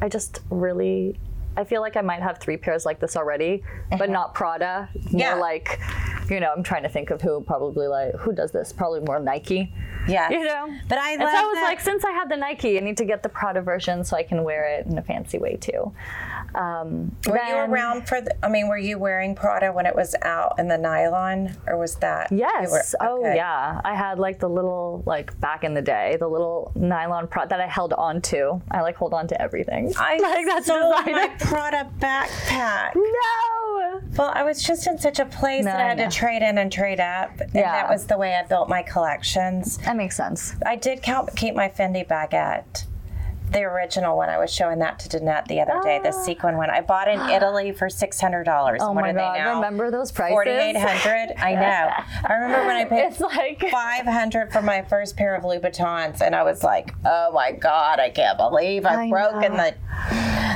[SPEAKER 2] I just really, I feel like I might have three pairs like this already, but not Prada.
[SPEAKER 1] Uh-huh. Yeah.
[SPEAKER 2] More like, you know, I'm trying to think of who probably like who does this. Probably more Nike.
[SPEAKER 1] Yeah,
[SPEAKER 2] You know.
[SPEAKER 1] But I
[SPEAKER 2] And so
[SPEAKER 1] love
[SPEAKER 2] I was
[SPEAKER 1] that.
[SPEAKER 2] like, since I have the Nike, I need to get the Prada version so I can wear it in a fancy way too. Um,
[SPEAKER 1] were you
[SPEAKER 2] then-
[SPEAKER 1] around for? The, I mean, were you wearing Prada when it was out in the nylon, or was that? you
[SPEAKER 2] Yes.
[SPEAKER 1] were-
[SPEAKER 2] Oh
[SPEAKER 1] okay.
[SPEAKER 2] yeah. I had like the little like back in the day, the little nylon Prada that I held on to. I like hold on to everything.
[SPEAKER 1] I
[SPEAKER 2] like that's
[SPEAKER 1] sold
[SPEAKER 2] designer.
[SPEAKER 1] Oh, my Prada backpack.
[SPEAKER 2] No.
[SPEAKER 1] Well, I was just in such a place
[SPEAKER 2] No,
[SPEAKER 1] that I
[SPEAKER 2] I
[SPEAKER 1] had
[SPEAKER 2] know.
[SPEAKER 1] to trade in and trade up, and
[SPEAKER 2] Yeah.
[SPEAKER 1] that was the way I built my collections.
[SPEAKER 2] That makes sense.
[SPEAKER 1] I did count, keep my Fendi baguette, the original one. I was showing that to Danette the other day, the sequin one. I bought in Italy for six hundred dollars.
[SPEAKER 2] Ah. Oh
[SPEAKER 1] what
[SPEAKER 2] my
[SPEAKER 1] are
[SPEAKER 2] god!
[SPEAKER 1] they now?
[SPEAKER 2] Remember those prices?
[SPEAKER 1] Forty eight hundred. I know. I remember when I paid.
[SPEAKER 2] It's like
[SPEAKER 1] Five hundred for my first pair of Louboutins, and I was like, "Oh my god, I can't believe I've
[SPEAKER 2] I
[SPEAKER 1] broken
[SPEAKER 2] know.
[SPEAKER 1] the."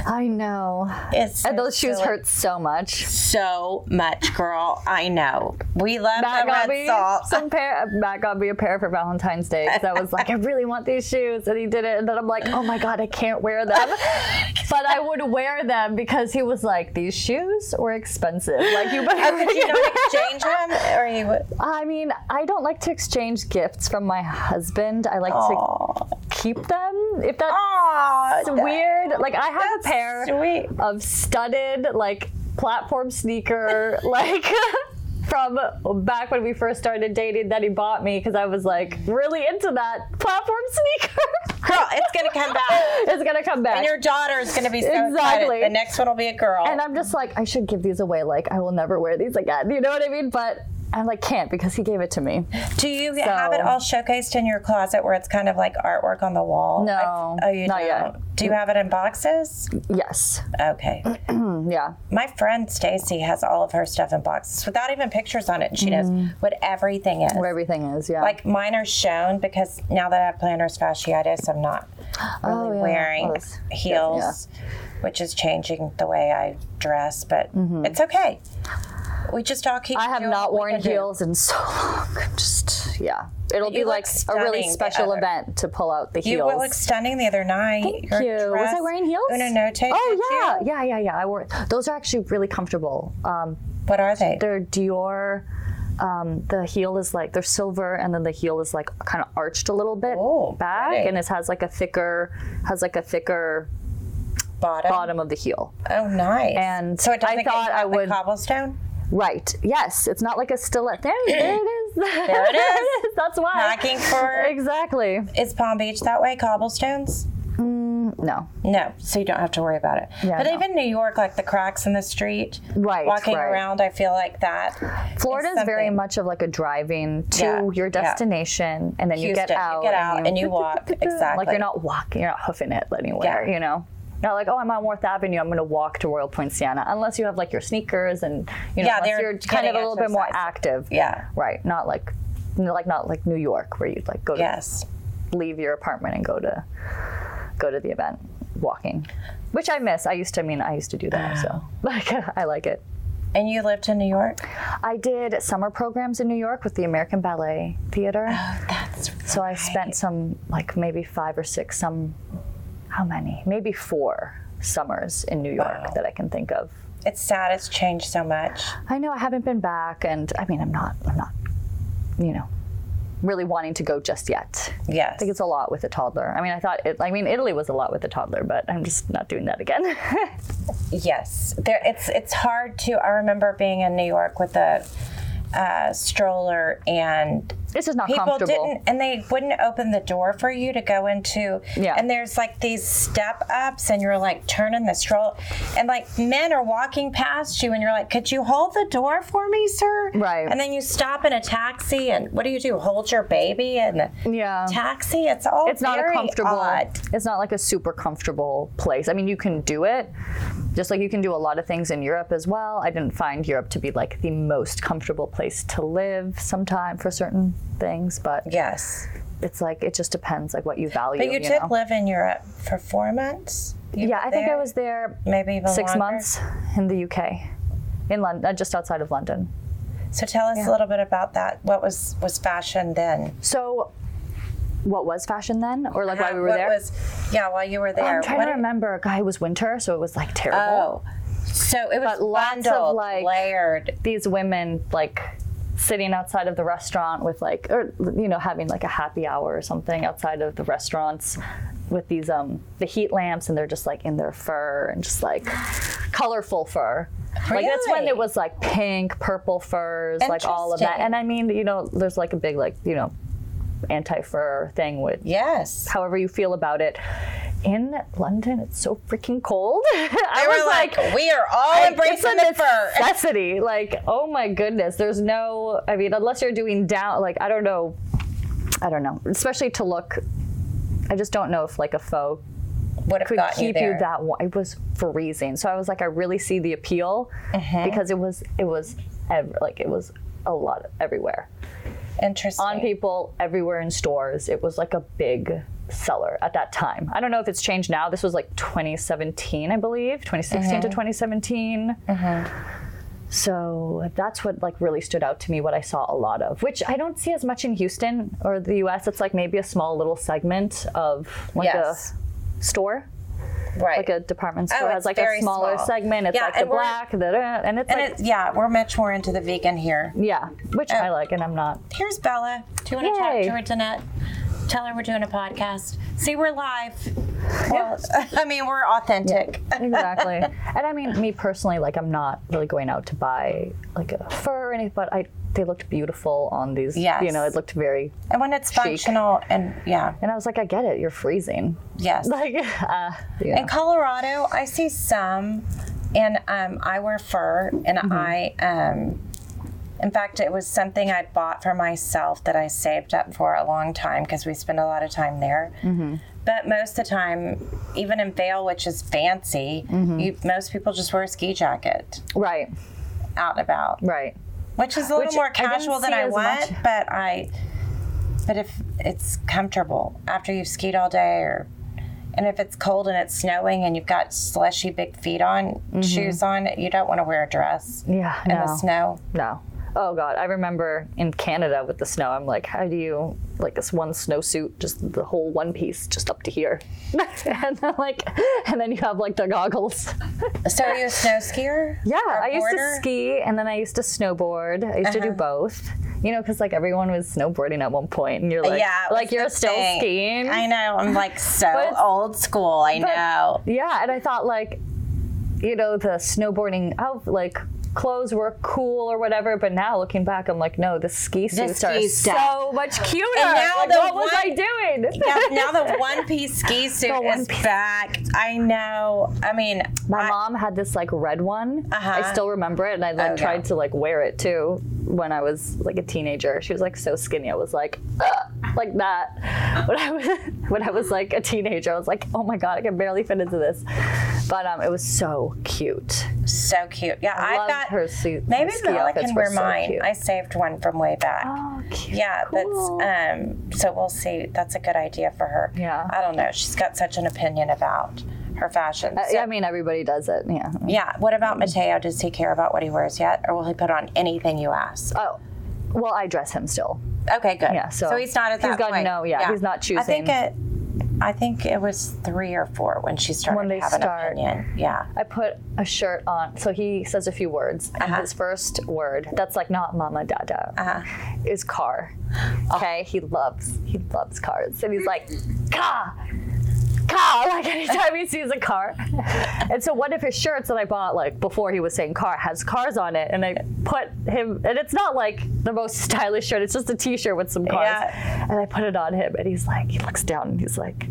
[SPEAKER 2] I know.
[SPEAKER 1] It's so
[SPEAKER 2] And those shoes
[SPEAKER 1] silly.
[SPEAKER 2] hurt so much.
[SPEAKER 1] so much, girl. I know. We love
[SPEAKER 2] Matt
[SPEAKER 1] the red
[SPEAKER 2] got me
[SPEAKER 1] salt.
[SPEAKER 2] some pair. Matt got me a pair for Valentine's Day because I was like, I really want these shoes, and he did it. And then I'm like, oh my god, I can't wear them, but I would wear them because he was like, these shoes were expensive. Like you better.
[SPEAKER 1] Oh, Could you not exchange them, or you? would-
[SPEAKER 2] I mean, I don't like to exchange gifts from my husband. I like
[SPEAKER 1] Aw.
[SPEAKER 2] to keep them. If that's
[SPEAKER 1] Aw,
[SPEAKER 2] It's weird. Like I have a pair
[SPEAKER 1] Sweet.
[SPEAKER 2] of studded like platform sneaker like from back when we first started dating that he bought me because I was like really into that platform sneaker.
[SPEAKER 1] Girl, it's gonna come back.
[SPEAKER 2] it's gonna come back.
[SPEAKER 1] And your daughter is gonna be so
[SPEAKER 2] Exactly.
[SPEAKER 1] excited. The next one will be a girl.
[SPEAKER 2] And I'm just like, I should give these away. Like, I will never wear these again. You know what I mean? But I like can't because he gave it to me.
[SPEAKER 1] Do you have it all showcased in your closet where it's kind of like artwork on the wall?
[SPEAKER 2] No,
[SPEAKER 1] oh, you
[SPEAKER 2] not
[SPEAKER 1] don't.
[SPEAKER 2] yet.
[SPEAKER 1] Do you have it in boxes?
[SPEAKER 2] Yes.
[SPEAKER 1] Okay.
[SPEAKER 2] Yeah.
[SPEAKER 1] My friend Stacy has all of her stuff in boxes without even pictures on it. and She knows
[SPEAKER 2] Mm.
[SPEAKER 1] what everything is.
[SPEAKER 2] Where everything is. Yeah.
[SPEAKER 1] Like mine are shown because now that I have plantar fasciitis, I'm not really
[SPEAKER 2] Oh, yeah.
[SPEAKER 1] wearing
[SPEAKER 2] Well, it's-
[SPEAKER 1] heels, which is changing the way I dress. But it's okay. We just all keep.
[SPEAKER 2] Mm-hmm. I have
[SPEAKER 1] doing
[SPEAKER 2] not
[SPEAKER 1] what we can
[SPEAKER 2] worn
[SPEAKER 1] do.
[SPEAKER 2] heels in so long. I'm just yeah. It'll
[SPEAKER 1] You
[SPEAKER 2] be
[SPEAKER 1] look
[SPEAKER 2] like a really
[SPEAKER 1] stunning
[SPEAKER 2] special
[SPEAKER 1] together.
[SPEAKER 2] event to pull out the
[SPEAKER 1] You
[SPEAKER 2] heels.
[SPEAKER 1] will look stunning the other night.
[SPEAKER 2] Thank you. Was I wearing heels?
[SPEAKER 1] Una Note.
[SPEAKER 2] Oh yeah, yeah, yeah, yeah. I wore those are actually really comfortable. Um,
[SPEAKER 1] What are they?
[SPEAKER 2] they're Dior. Um, the heel is like they're silver, and then the heel is like kind of arched a little bit
[SPEAKER 1] Oh,
[SPEAKER 2] back,
[SPEAKER 1] pretty.
[SPEAKER 2] and it has like a thicker has like a thicker
[SPEAKER 1] Bottom.
[SPEAKER 2] bottom of the heel.
[SPEAKER 1] Oh, nice.
[SPEAKER 2] And
[SPEAKER 1] so it doesn't
[SPEAKER 2] I
[SPEAKER 1] get
[SPEAKER 2] thought
[SPEAKER 1] you
[SPEAKER 2] I
[SPEAKER 1] on the
[SPEAKER 2] would-
[SPEAKER 1] cobblestone.
[SPEAKER 2] Right. Yes. It's not like a stiletto. There, there it is.
[SPEAKER 1] There it is.
[SPEAKER 2] That's why.
[SPEAKER 1] Knocking for-
[SPEAKER 2] Exactly. Mm,
[SPEAKER 1] Is Palm Beach that way? Cobblestones?
[SPEAKER 2] No.
[SPEAKER 1] No, so you don't have to worry about it.
[SPEAKER 2] Yeah,
[SPEAKER 1] but
[SPEAKER 2] no.
[SPEAKER 1] even New York, like the cracks in the street,
[SPEAKER 2] Right,
[SPEAKER 1] walking
[SPEAKER 2] right.
[SPEAKER 1] around, I feel like that.
[SPEAKER 2] Florida
[SPEAKER 1] is
[SPEAKER 2] is very
[SPEAKER 1] something-
[SPEAKER 2] much of like a driving to
[SPEAKER 1] Yeah,
[SPEAKER 2] your
[SPEAKER 1] yeah.
[SPEAKER 2] destination, and then you get
[SPEAKER 1] Houston, you
[SPEAKER 2] out,
[SPEAKER 1] get out and you walk.
[SPEAKER 2] Like
[SPEAKER 1] Exactly.
[SPEAKER 2] you're not walking, you're not hoofing it anywhere.
[SPEAKER 1] Yeah.
[SPEAKER 2] You know, you're not like, oh, I'm on Worth Avenue, I'm going to walk to Royal Poinciana, unless you have like your sneakers and you know,
[SPEAKER 1] Yeah,
[SPEAKER 2] unless
[SPEAKER 1] they're
[SPEAKER 2] you're kind of
[SPEAKER 1] getting
[SPEAKER 2] a little bit more
[SPEAKER 1] exercise.
[SPEAKER 2] active.
[SPEAKER 1] Yeah.
[SPEAKER 2] Right. Not like, like not like New York where you'd like go to
[SPEAKER 1] Yes.
[SPEAKER 2] leave your apartment and go to go to the event walking, which I miss. I used to I mean I used to do that, so like I like it.
[SPEAKER 1] And you lived in New York?
[SPEAKER 2] I did summer programs in New York with the American Ballet Theater.
[SPEAKER 1] Oh, That's
[SPEAKER 2] So I spent some, like maybe five or six, some, how many? Maybe four summers in New York
[SPEAKER 1] Wow.
[SPEAKER 2] that I can think of.
[SPEAKER 1] It's sad it's changed so much.
[SPEAKER 2] I know I haven't been back, and I mean, I'm not, I'm not, you know, really wanting to go just yet.
[SPEAKER 1] Yes.
[SPEAKER 2] I think it's a lot with a toddler. I mean, I thought, it, I mean, Italy was a lot with a toddler, but I'm just not doing that again.
[SPEAKER 1] Yes, there, it's it's hard to. I remember being in New York with a uh, stroller, and
[SPEAKER 2] It's just not
[SPEAKER 1] people
[SPEAKER 2] comfortable.
[SPEAKER 1] didn't, and they wouldn't open the door for you to go into.
[SPEAKER 2] Yeah.
[SPEAKER 1] and there's like these step ups, and you're like turning the stroller, and like men are walking past you, and you're like, "Could you hold the door for me, sir?"
[SPEAKER 2] Right.
[SPEAKER 1] and then you stop in a taxi, and what do you do? Hold your baby in the
[SPEAKER 2] Yeah.
[SPEAKER 1] taxi? It's all
[SPEAKER 2] it's not a
[SPEAKER 1] very
[SPEAKER 2] comfortable
[SPEAKER 1] odd.
[SPEAKER 2] it's not like a super comfortable place i mean you can do it just like you can do a lot of things in europe as well i didn't find europe to be like the most comfortable place to live sometime for certain things but
[SPEAKER 1] Yes,
[SPEAKER 2] it's like it just depends like what you value
[SPEAKER 1] but you,
[SPEAKER 2] you
[SPEAKER 1] did
[SPEAKER 2] know?
[SPEAKER 1] live in Europe for four months. You
[SPEAKER 2] yeah
[SPEAKER 1] were
[SPEAKER 2] i think i
[SPEAKER 1] there?
[SPEAKER 2] was there
[SPEAKER 1] maybe even
[SPEAKER 2] six
[SPEAKER 1] longer.
[SPEAKER 2] months in the uk in london just outside of london
[SPEAKER 1] So tell us a little bit about that. What was was fashion then?
[SPEAKER 2] so what was fashion then or like why we were
[SPEAKER 1] what
[SPEAKER 2] there
[SPEAKER 1] Was, yeah, while you were there.
[SPEAKER 2] i'm trying
[SPEAKER 1] What-
[SPEAKER 2] to remember guy was winter so it was like
[SPEAKER 1] Oh,
[SPEAKER 2] terrible
[SPEAKER 1] so it was
[SPEAKER 2] But lots of,
[SPEAKER 1] bundled,
[SPEAKER 2] like-
[SPEAKER 1] layered.
[SPEAKER 2] these women like sitting outside of the restaurant with like or you know having like a happy hour or something outside of the restaurants with these um the heat lamps and they're just like in their fur and just like colorful fur like that's when
[SPEAKER 1] Really?
[SPEAKER 2] it was like pink purple furs like all of that
[SPEAKER 1] Interesting.
[SPEAKER 2] and i mean you know there's like a big like you know anti-fur thing with
[SPEAKER 1] Yes.
[SPEAKER 2] however you feel about it in london it's so freaking cold i
[SPEAKER 1] They
[SPEAKER 2] was
[SPEAKER 1] were like, we are all
[SPEAKER 2] it's a
[SPEAKER 1] embracing the fur.
[SPEAKER 2] necessity. Like, oh my goodness, there's no. I mean, unless you're doing down, like I don't know, I don't know. Especially to look, I just don't know if like a faux
[SPEAKER 1] Would have
[SPEAKER 2] could
[SPEAKER 1] gotten you
[SPEAKER 2] keep you,
[SPEAKER 1] there.
[SPEAKER 2] that warm. It was freezing, so I was like, I really see the appeal
[SPEAKER 1] Mm-hmm.
[SPEAKER 2] because it was it was ev- like it was a lot everywhere
[SPEAKER 1] Interesting.
[SPEAKER 2] on people everywhere in stores. It was like a big seller at that time. I don't know if it's changed now. This was like 2017, I believe, 2016 to
[SPEAKER 1] Mm-hmm.
[SPEAKER 2] 2017. So that's what like really stood out to me. What I saw a lot of, which I don't see as much in Houston or the U.S. It's like maybe a small little segment of like
[SPEAKER 1] Yes.
[SPEAKER 2] a store.
[SPEAKER 1] right.
[SPEAKER 2] Like a department
[SPEAKER 1] Oh,
[SPEAKER 2] store
[SPEAKER 1] it's
[SPEAKER 2] has like a
[SPEAKER 1] very
[SPEAKER 2] smaller
[SPEAKER 1] small.
[SPEAKER 2] segment. It's
[SPEAKER 1] Yeah,
[SPEAKER 2] like the
[SPEAKER 1] and we're-
[SPEAKER 2] black, the, and it's
[SPEAKER 1] and
[SPEAKER 2] like
[SPEAKER 1] it, yeah, we're much more into the vegan here.
[SPEAKER 2] yeah, which
[SPEAKER 1] Oh.
[SPEAKER 2] I like, and I'm not.
[SPEAKER 1] Here's Bella. Do you want to talk
[SPEAKER 2] Yay.
[SPEAKER 1] to her, Danette? Tell her we're doing a podcast. See, we're live. Well, I mean, we're authentic.
[SPEAKER 2] exactly. And I mean, me personally, like I'm not really going out to buy like a fur or anything, but I they looked beautiful on these.
[SPEAKER 1] Yes.
[SPEAKER 2] You know, it looked very.
[SPEAKER 1] And when it's functional and yeah,
[SPEAKER 2] And I was like, I get it. You're freezing.
[SPEAKER 1] yes.
[SPEAKER 2] Like, uh, yeah.
[SPEAKER 1] In Colorado, I see some, and um, I wear fur, and I um, In fact, it was something I bought for myself that I saved up for a long time because we spend a lot of time there. But most of the time, even in Vail, which is fancy, you, most people just wear a ski jacket
[SPEAKER 2] Right.
[SPEAKER 1] out and about,
[SPEAKER 2] Right.
[SPEAKER 1] which is a little
[SPEAKER 2] Which I
[SPEAKER 1] more
[SPEAKER 2] didn't
[SPEAKER 1] casual than
[SPEAKER 2] see
[SPEAKER 1] I
[SPEAKER 2] as
[SPEAKER 1] want.
[SPEAKER 2] much.
[SPEAKER 1] But I, but if it's comfortable after you've skied all day, or and if it's cold and it's snowing and you've got slushy big feet on, shoes on, you don't want to wear a dress
[SPEAKER 2] Yeah.
[SPEAKER 1] in
[SPEAKER 2] Mm-hmm. no.
[SPEAKER 1] the snow.
[SPEAKER 2] No. Oh God, I remember in Canada with the snow. I'm like, how do you like this one snowsuit, just the whole one piece, just up to here, and then like, and then you have like the goggles.
[SPEAKER 1] So are you a snow skier?
[SPEAKER 2] Yeah,
[SPEAKER 1] Or
[SPEAKER 2] I used
[SPEAKER 1] boarder?
[SPEAKER 2] to ski and then I used to snowboard. I used
[SPEAKER 1] Uh-huh.
[SPEAKER 2] to do both. You know, because like everyone was snowboarding at one point, and you're like,
[SPEAKER 1] yeah, it was
[SPEAKER 2] like you're
[SPEAKER 1] the
[SPEAKER 2] still
[SPEAKER 1] thing.
[SPEAKER 2] skiing.
[SPEAKER 1] I know. I'm like so
[SPEAKER 2] But-
[SPEAKER 1] old school. I know.
[SPEAKER 2] Yeah, and I thought like, you know, the snowboarding out like clothes were cool or whatever, but now looking back, I'm like, no, the ski suits
[SPEAKER 1] ski
[SPEAKER 2] are
[SPEAKER 1] stuff.
[SPEAKER 2] so much cuter.
[SPEAKER 1] And now
[SPEAKER 2] Like,
[SPEAKER 1] the
[SPEAKER 2] what was
[SPEAKER 1] one-
[SPEAKER 2] I doing?
[SPEAKER 1] Yeah, now the one piece ski suit
[SPEAKER 2] one
[SPEAKER 1] is
[SPEAKER 2] piece.
[SPEAKER 1] back. I know. I mean, I-
[SPEAKER 2] My
[SPEAKER 1] Uh-huh.
[SPEAKER 2] mom had this like red one. I still remember it, and I like
[SPEAKER 1] Oh, yeah.
[SPEAKER 2] tried to like wear it too when I was like a teenager. She was like so skinny. I was like, "Ugh," like that. When I was when I was like a teenager, I was like, oh my god, I can barely fit into this. But um, it was so cute.
[SPEAKER 1] so cute. Yeah, I
[SPEAKER 2] loved
[SPEAKER 1] got
[SPEAKER 2] her suit.
[SPEAKER 1] Maybe
[SPEAKER 2] her ski
[SPEAKER 1] Mala
[SPEAKER 2] outfits
[SPEAKER 1] can
[SPEAKER 2] were
[SPEAKER 1] wear
[SPEAKER 2] so
[SPEAKER 1] mine.
[SPEAKER 2] cute.
[SPEAKER 1] I saved one from way back.
[SPEAKER 2] oh, cute.
[SPEAKER 1] Yeah,
[SPEAKER 2] Cool.
[SPEAKER 1] that's um. So we'll see. That's a good idea for her.
[SPEAKER 2] Yeah.
[SPEAKER 1] I don't know. She's got such an opinion about her fashion.
[SPEAKER 2] Uh,
[SPEAKER 1] So-
[SPEAKER 2] yeah, I mean, everybody does it. Yeah.
[SPEAKER 1] yeah. What about Mateo? Does he care about what he wears yet, or will he put on anything you ask?
[SPEAKER 2] Oh, well, I dress him still.
[SPEAKER 1] Okay, good.
[SPEAKER 2] Yeah, so
[SPEAKER 1] he's not at
[SPEAKER 2] he's
[SPEAKER 1] that
[SPEAKER 2] got
[SPEAKER 1] point.
[SPEAKER 2] no- yeah, he's not
[SPEAKER 1] I think
[SPEAKER 2] choosing.
[SPEAKER 1] it. I think it was three or four when she started
[SPEAKER 2] When they
[SPEAKER 1] having
[SPEAKER 2] start.
[SPEAKER 1] an opinion. Yeah.
[SPEAKER 2] I put a shirt on. So he says a few words,
[SPEAKER 1] Uh-huh.
[SPEAKER 2] and his first word that's like not mama dada
[SPEAKER 1] Uh-huh.
[SPEAKER 2] is car. Okay, he loves he loves cars, and he's like car. Car, like anytime he sees a car. And so one of his shirts that I bought like before he was saying car has cars on it and I put him and it's not like the most stylish shirt, it's just a t shirt with some cars.
[SPEAKER 1] Yeah.
[SPEAKER 2] And I put it on him and he's like he looks down and he's like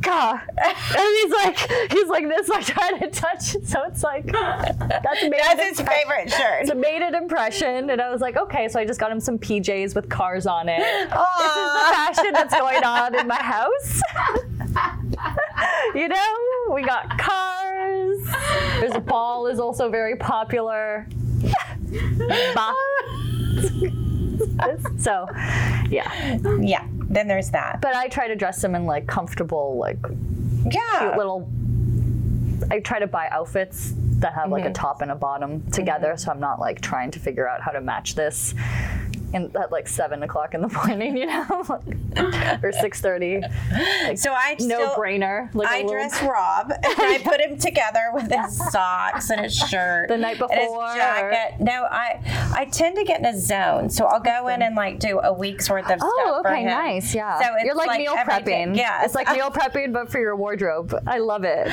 [SPEAKER 2] Gah. And he's like, he's like this, like trying to touch it. So it's like, that's made,
[SPEAKER 1] That's
[SPEAKER 2] an
[SPEAKER 1] his
[SPEAKER 2] impre-
[SPEAKER 1] favorite shirt.
[SPEAKER 2] It's made an impression. And I was like, okay. So I just got him some PJs with cars on it. This is the fashion that's going on in my house. you know, we got cars. There's a ball is also very popular. Bah. so, yeah.
[SPEAKER 1] Yeah. Then there's that.
[SPEAKER 2] But I try to dress him in like comfortable, like
[SPEAKER 1] Yeah.
[SPEAKER 2] cute little. I try to buy outfits that have
[SPEAKER 1] Mm-hmm.
[SPEAKER 2] like a top and a bottom together, so I'm not like trying to figure out how to match this. And at like seven o'clock in the morning, you know, like, or six thirty,
[SPEAKER 1] So I
[SPEAKER 2] no
[SPEAKER 1] still,
[SPEAKER 2] brainer. Like a
[SPEAKER 1] I
[SPEAKER 2] little-
[SPEAKER 1] dress Rob. and I put him together with his socks and his shirt.
[SPEAKER 2] The night
[SPEAKER 1] and his
[SPEAKER 2] before, or-
[SPEAKER 1] jacket. No, I I tend to get in a zone, so I'll go in and like do a week's worth of stuff
[SPEAKER 2] Oh,
[SPEAKER 1] for
[SPEAKER 2] okay,
[SPEAKER 1] him.
[SPEAKER 2] nice. Yeah,
[SPEAKER 1] So it's
[SPEAKER 2] you're like, meal
[SPEAKER 1] everything-
[SPEAKER 2] prepping.
[SPEAKER 1] Yeah,
[SPEAKER 2] it's like meal prepping, but for your wardrobe. I love it.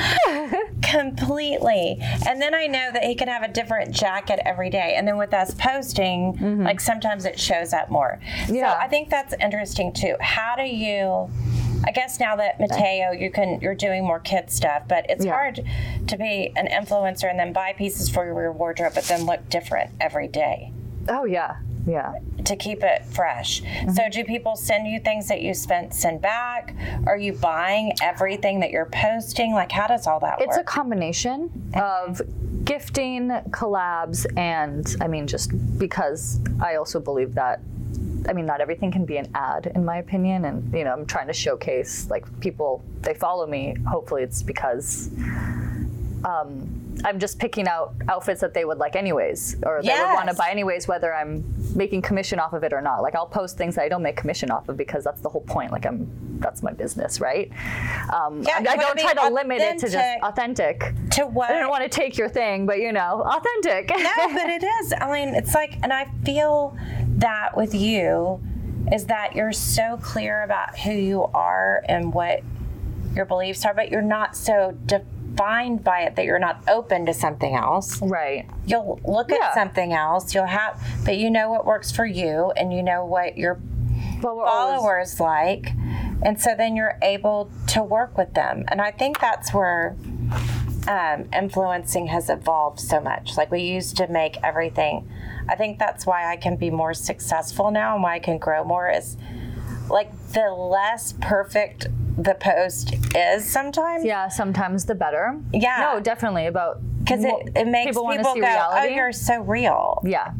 [SPEAKER 1] completely and then i know that he can have a different jacket every day and then with us posting like sometimes it shows up more
[SPEAKER 2] Mm-hmm. Yeah.
[SPEAKER 1] so i think that's interesting too how do you i guess now that mateo you can you're doing more kid stuff but it's
[SPEAKER 2] Yeah.
[SPEAKER 1] hard to be an influencer and then buy pieces for your wardrobe but then look different every day
[SPEAKER 2] Oh yeah, yeah.
[SPEAKER 1] to keep it fresh.
[SPEAKER 2] Mm-hmm.
[SPEAKER 1] So, do people send you things that you spent send back? Are you buying everything that you're posting? Like, how does all that work?
[SPEAKER 2] It's a combination of gifting, collabs, and I mean, just because I also believe that. I mean, not everything can be an ad, in my opinion. And, you know, I'm trying to showcase, like, people, they follow me. Hopefully, it's because um, I'm just picking out outfits that they would like anyways, or they would
[SPEAKER 1] Yes.
[SPEAKER 2] want to buy anyways, whether I'm making commission off of it or not. Like I'll post things that I don't make commission off of because that's the whole point. Like I'm, that's my business, right? Um,
[SPEAKER 1] Yeah,
[SPEAKER 2] I-
[SPEAKER 1] you
[SPEAKER 2] I,
[SPEAKER 1] wanna
[SPEAKER 2] don't
[SPEAKER 1] be
[SPEAKER 2] try to limit it to just
[SPEAKER 1] authentic.
[SPEAKER 2] authentic.
[SPEAKER 1] to what?
[SPEAKER 2] I don't want to take your thing, but you know, authentic.
[SPEAKER 1] no, but it is. I mean, it's like, and I feel that with you is that you're so clear about who you are and what your beliefs are, but you're not so defined by it that you're not open to something else.
[SPEAKER 2] right.
[SPEAKER 1] You'll look
[SPEAKER 2] Yeah.
[SPEAKER 1] at something else, you'll have, but you know what works for you and you know what your
[SPEAKER 2] Well, we're always-
[SPEAKER 1] followers like. And so then you're able to work with them. And I think that's where um, influencing has evolved so much. Like we used to make everything. I think that's why I can be more successful now and why I can grow more is like the less perfect the post is sometimes.
[SPEAKER 2] Yeah, sometimes the better.
[SPEAKER 1] Yeah.
[SPEAKER 2] No, definitely about
[SPEAKER 1] Because
[SPEAKER 2] mo-
[SPEAKER 1] it, it makes people,
[SPEAKER 2] wanna
[SPEAKER 1] go,
[SPEAKER 2] see
[SPEAKER 1] oh,
[SPEAKER 2] reality.
[SPEAKER 1] you're so real.
[SPEAKER 2] yeah,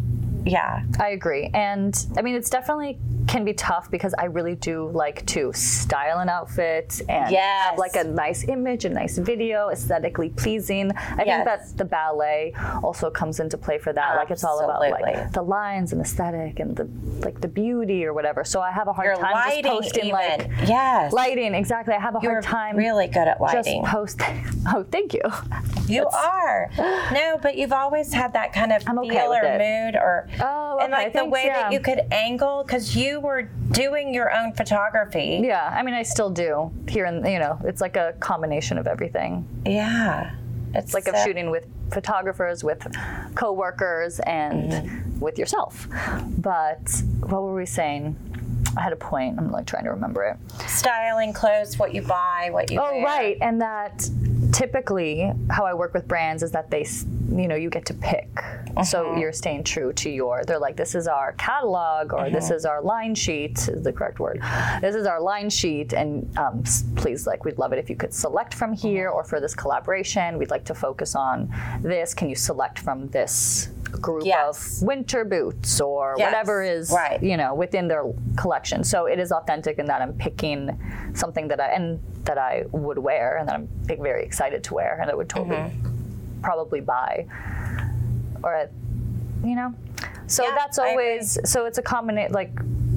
[SPEAKER 1] Yeah.
[SPEAKER 2] I agree. And I mean, it's definitely can be tough because I really do like to style an outfit and
[SPEAKER 1] Yes.
[SPEAKER 2] have like a nice image, a nice video, aesthetically pleasing. I
[SPEAKER 1] Yes.
[SPEAKER 2] think that the ballet also comes into play for that. Like it's all about
[SPEAKER 1] Absolutely.
[SPEAKER 2] like the lines and aesthetic and the like the beauty or whatever. So I have a hard
[SPEAKER 1] Your
[SPEAKER 2] time just
[SPEAKER 1] lighting,
[SPEAKER 2] posting
[SPEAKER 1] even.
[SPEAKER 2] like
[SPEAKER 1] yes.
[SPEAKER 2] lighting. Exactly. I have a
[SPEAKER 1] You're
[SPEAKER 2] hard time
[SPEAKER 1] really good at
[SPEAKER 2] just
[SPEAKER 1] lighting.
[SPEAKER 2] post. Oh, thank you.
[SPEAKER 1] You are. No, but you've always had that kind of
[SPEAKER 2] I'm okay
[SPEAKER 1] feel
[SPEAKER 2] with
[SPEAKER 1] or
[SPEAKER 2] it.
[SPEAKER 1] mood or
[SPEAKER 2] Oh,
[SPEAKER 1] and
[SPEAKER 2] okay,
[SPEAKER 1] like the
[SPEAKER 2] thanks,
[SPEAKER 1] way that
[SPEAKER 2] yeah.
[SPEAKER 1] you could angle because you were doing your own photography.
[SPEAKER 2] Yeah, I mean, I still do here and you know, it's like a combination of everything.
[SPEAKER 1] Yeah. It's
[SPEAKER 2] like of
[SPEAKER 1] so-
[SPEAKER 2] shooting with photographers, with coworkers, and with yourself. But what were we saying? I had a point. I'm like trying to remember it.
[SPEAKER 1] styling clothes, what you buy, what you
[SPEAKER 2] Oh,
[SPEAKER 1] wear.
[SPEAKER 2] right. And that typically how I work with brands is that they, s- you know, you get to pick. So you're staying true to your, they're like, this is our catalog or this is our line sheet, is the correct word. This is our line sheet. And um, s- please, like, we'd love it if you could select from here or for this collaboration. We'd like to focus on this. Can you select from this? group
[SPEAKER 1] Yes.
[SPEAKER 2] of winter boots or
[SPEAKER 1] Yes.
[SPEAKER 2] whatever is
[SPEAKER 1] Right.
[SPEAKER 2] you know within their collection so it is authentic in that i'm picking something that i and that i would wear and that i'm like, very excited to wear and i would totally
[SPEAKER 1] Mm-hmm.
[SPEAKER 2] probably buy or you know so
[SPEAKER 1] Yeah,
[SPEAKER 2] that's
[SPEAKER 1] I agree.
[SPEAKER 2] always so it's a combination like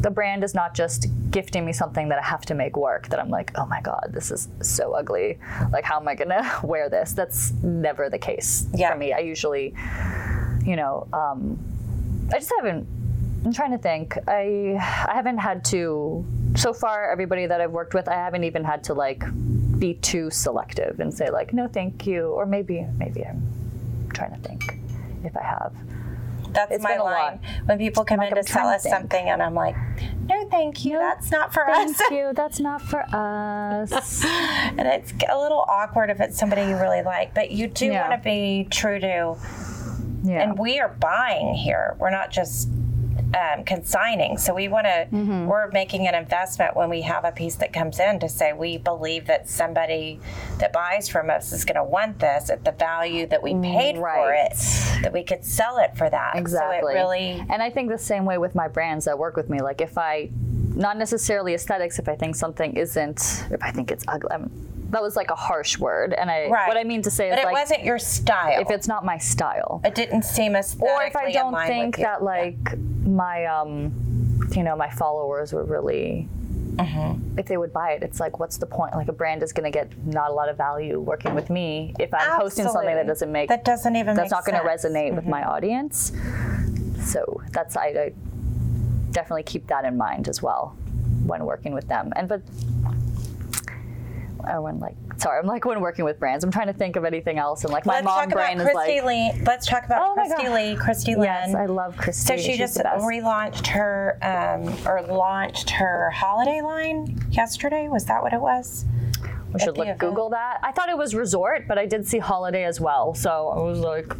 [SPEAKER 2] the brand is not just gifting me something that i have to make work that i'm like oh my god this is so ugly like how am i gonna wear this that's never the case
[SPEAKER 1] Yeah.
[SPEAKER 2] for me i usually you know um, i just haven't i'm trying to think i i haven't had to so far everybody that i've worked with i haven't even had to like be too selective and say like no thank you or maybe maybe i'm trying to think if i have
[SPEAKER 1] That's
[SPEAKER 2] It's
[SPEAKER 1] my
[SPEAKER 2] been a
[SPEAKER 1] line.
[SPEAKER 2] lot.
[SPEAKER 1] When people come
[SPEAKER 2] Like,
[SPEAKER 1] in
[SPEAKER 2] I'm
[SPEAKER 1] to
[SPEAKER 2] trying
[SPEAKER 1] sell
[SPEAKER 2] to
[SPEAKER 1] us
[SPEAKER 2] think.
[SPEAKER 1] something and I'm like, no, thank you. That's not for us.
[SPEAKER 2] Thank you. That's not for us.
[SPEAKER 1] And it's a little awkward if it's somebody you really like, but you do
[SPEAKER 2] Yeah.
[SPEAKER 1] want to be true to
[SPEAKER 2] Yeah.
[SPEAKER 1] and we are buying here. We're not just um, consigning. So we want to,
[SPEAKER 2] Mm-hmm.
[SPEAKER 1] we're making an investment when we have a piece that comes in to say we believe that somebody that buys from us is going to want this at the value that we paid for
[SPEAKER 2] Right.
[SPEAKER 1] it, that we could sell it for that. So
[SPEAKER 2] Exactly.
[SPEAKER 1] it really,
[SPEAKER 2] And I think the same way with my brands that work with me. Like if I, not necessarily aesthetics, if I think something isn't, if I think it's ugly, I'm, that was like a harsh word. And I,
[SPEAKER 1] right.
[SPEAKER 2] what I mean to say
[SPEAKER 1] but
[SPEAKER 2] is
[SPEAKER 1] it
[SPEAKER 2] like,
[SPEAKER 1] wasn't your style.
[SPEAKER 2] if it's not my style,
[SPEAKER 1] it didn't seem aesthetically
[SPEAKER 2] or if I
[SPEAKER 1] in
[SPEAKER 2] don't
[SPEAKER 1] line
[SPEAKER 2] think
[SPEAKER 1] with you.
[SPEAKER 2] that like my, um, you know, my followers were really.
[SPEAKER 1] Mm-hmm.
[SPEAKER 2] If they would buy it, it's like, what's the point? Like, a brand is going to get not a lot of value working with me if I'm posting something
[SPEAKER 1] Absolutely.
[SPEAKER 2] that doesn't make
[SPEAKER 1] that doesn't even
[SPEAKER 2] that's
[SPEAKER 1] make
[SPEAKER 2] not going to
[SPEAKER 1] sense. Mm-hmm.
[SPEAKER 2] resonate with my audience. So that's I, I definitely keep that in mind as well when working with them. And but or when like sorry, I'm like when working with brands, I'm trying to think of anything else. And like my
[SPEAKER 1] Let's
[SPEAKER 2] mom
[SPEAKER 1] talk about
[SPEAKER 2] brain is
[SPEAKER 1] Christy
[SPEAKER 2] like
[SPEAKER 1] Lee. Let's talk about
[SPEAKER 2] Oh my
[SPEAKER 1] Christy
[SPEAKER 2] God.
[SPEAKER 1] Lee. Christy Lynn.
[SPEAKER 2] yes, I love
[SPEAKER 1] So
[SPEAKER 2] Christy.
[SPEAKER 1] she
[SPEAKER 2] She's
[SPEAKER 1] just
[SPEAKER 2] the best.
[SPEAKER 1] relaunched her um, or launched her holiday line yesterday. Was that what it was?
[SPEAKER 2] we should look
[SPEAKER 1] event.
[SPEAKER 2] Google that. I thought it was resort, but I did see holiday as well. So I was like,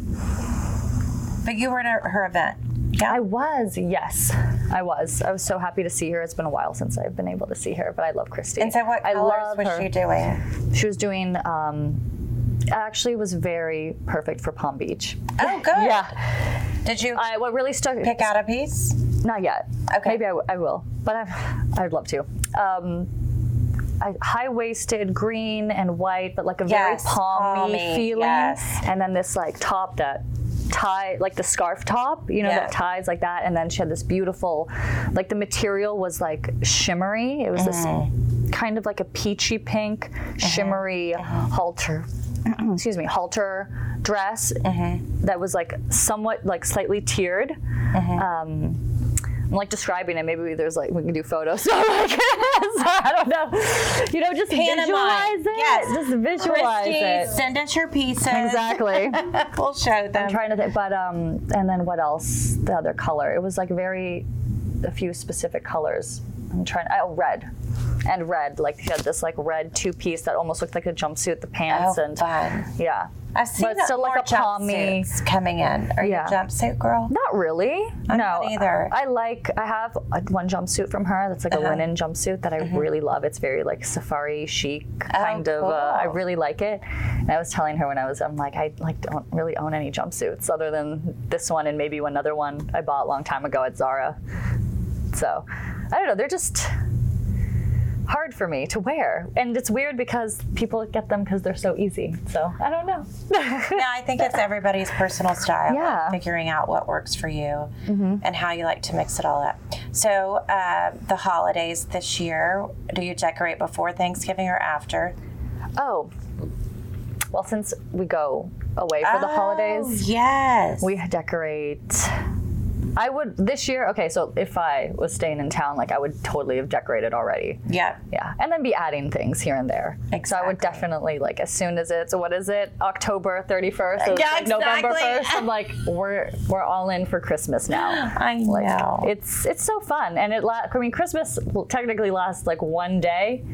[SPEAKER 1] But you were at her, her event.
[SPEAKER 2] I was yes, I was. I was so happy to see her. It's been a while since I've been able to see her, but I love Christy.
[SPEAKER 1] And so what
[SPEAKER 2] I
[SPEAKER 1] colors
[SPEAKER 2] love
[SPEAKER 1] was
[SPEAKER 2] her.
[SPEAKER 1] she doing?
[SPEAKER 2] She was doing. Um, actually, was very perfect for Palm Beach.
[SPEAKER 1] Oh, good.
[SPEAKER 2] Yeah.
[SPEAKER 1] Did you
[SPEAKER 2] I, what really stuck?
[SPEAKER 1] pick out a piece?
[SPEAKER 2] Not yet.
[SPEAKER 1] Okay.
[SPEAKER 2] Maybe I, w- I will, but I, I'd love to. Um, I, high-waisted, green and white, but like a
[SPEAKER 1] Yes,
[SPEAKER 2] very palmy,
[SPEAKER 1] palmy,
[SPEAKER 2] feeling.
[SPEAKER 1] yes.
[SPEAKER 2] And then this like top that tie, like the scarf top, you know,
[SPEAKER 1] Yeah.
[SPEAKER 2] that ties like that. And then she had this beautiful, like the material was like shimmery. It was
[SPEAKER 1] Mm-hmm.
[SPEAKER 2] this kind of like a peachy pink, shimmery
[SPEAKER 1] Mm-hmm.
[SPEAKER 2] halter. excuse me, halter dress
[SPEAKER 1] Mm-hmm.
[SPEAKER 2] that was like somewhat like slightly tiered. Um, I'm like describing it. Maybe there's like we can do photos. So, like, so I don't know. You know, just
[SPEAKER 1] Pantomime.
[SPEAKER 2] visualize it.
[SPEAKER 1] Yes.
[SPEAKER 2] Just visualize
[SPEAKER 1] Christy,
[SPEAKER 2] it.
[SPEAKER 1] send us your pieces.
[SPEAKER 2] Exactly.
[SPEAKER 1] we'll show them.
[SPEAKER 2] trying to think, but um, and then what else? The other color. It was like very, a few specific colors. I'm trying. Oh, red. and red. Like he had this like red two piece that almost looked like a jumpsuit, the pants,
[SPEAKER 1] Oh,
[SPEAKER 2] and
[SPEAKER 1] fun.
[SPEAKER 2] yeah.
[SPEAKER 1] I've seen
[SPEAKER 2] But
[SPEAKER 1] that
[SPEAKER 2] still, like,
[SPEAKER 1] more
[SPEAKER 2] a palmy-
[SPEAKER 1] jumpsuits coming in. Are
[SPEAKER 2] Yeah.
[SPEAKER 1] you a jumpsuit girl?
[SPEAKER 2] Not really. no, uh,
[SPEAKER 1] not either. Uh-huh.
[SPEAKER 2] I like. I have uh, one jumpsuit from her. That's like a linen jumpsuit that I
[SPEAKER 1] Mm-hmm.
[SPEAKER 2] really love. It's very like safari chic kind of. Uh, I
[SPEAKER 1] Oh, cool.
[SPEAKER 2] really like it. And I was telling her when I was, I'm like, I like don't really own any jumpsuits other than this one and maybe one other one I bought a long time ago at Zara. So I don't know. They're just hard for me to wear, and it's weird because people get them because they're so easy. So I don't know.
[SPEAKER 1] No, I think it's everybody's personal style.
[SPEAKER 2] Yeah. Mm-hmm.
[SPEAKER 1] Figuring out what works for you and how you like to mix it all up. So, uh, the holidays this year, do you decorate before Thanksgiving or after?
[SPEAKER 2] Oh, well, since we go away for the holidays,
[SPEAKER 1] Oh, yes.
[SPEAKER 2] we decorate. I would this year. Okay, so if I was staying in town, like I would totally have decorated already.
[SPEAKER 1] yeah.
[SPEAKER 2] Yeah, and then be adding things here and there. So I would definitely like as soon as it's what is it October thirty first,
[SPEAKER 1] Yeah,
[SPEAKER 2] like November
[SPEAKER 1] exactly.
[SPEAKER 2] first. I'm like we're we're all in for Christmas now.
[SPEAKER 1] I know.
[SPEAKER 2] It's it's so fun, and it. La- I mean, Christmas technically lasts like one day.